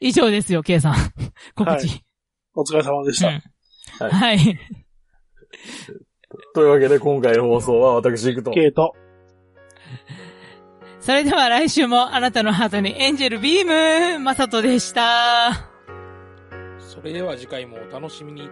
[SPEAKER 3] 以上ですよ、K さん。告知。
[SPEAKER 2] お疲れ様でした。
[SPEAKER 3] うん
[SPEAKER 1] はい
[SPEAKER 3] はい。
[SPEAKER 1] というわけで、今回の放送は私行くと。
[SPEAKER 2] ケイト。
[SPEAKER 3] それでは来週もあなたのハートにエンジェルビームマサトでした。
[SPEAKER 4] それでは次回もお楽しみに。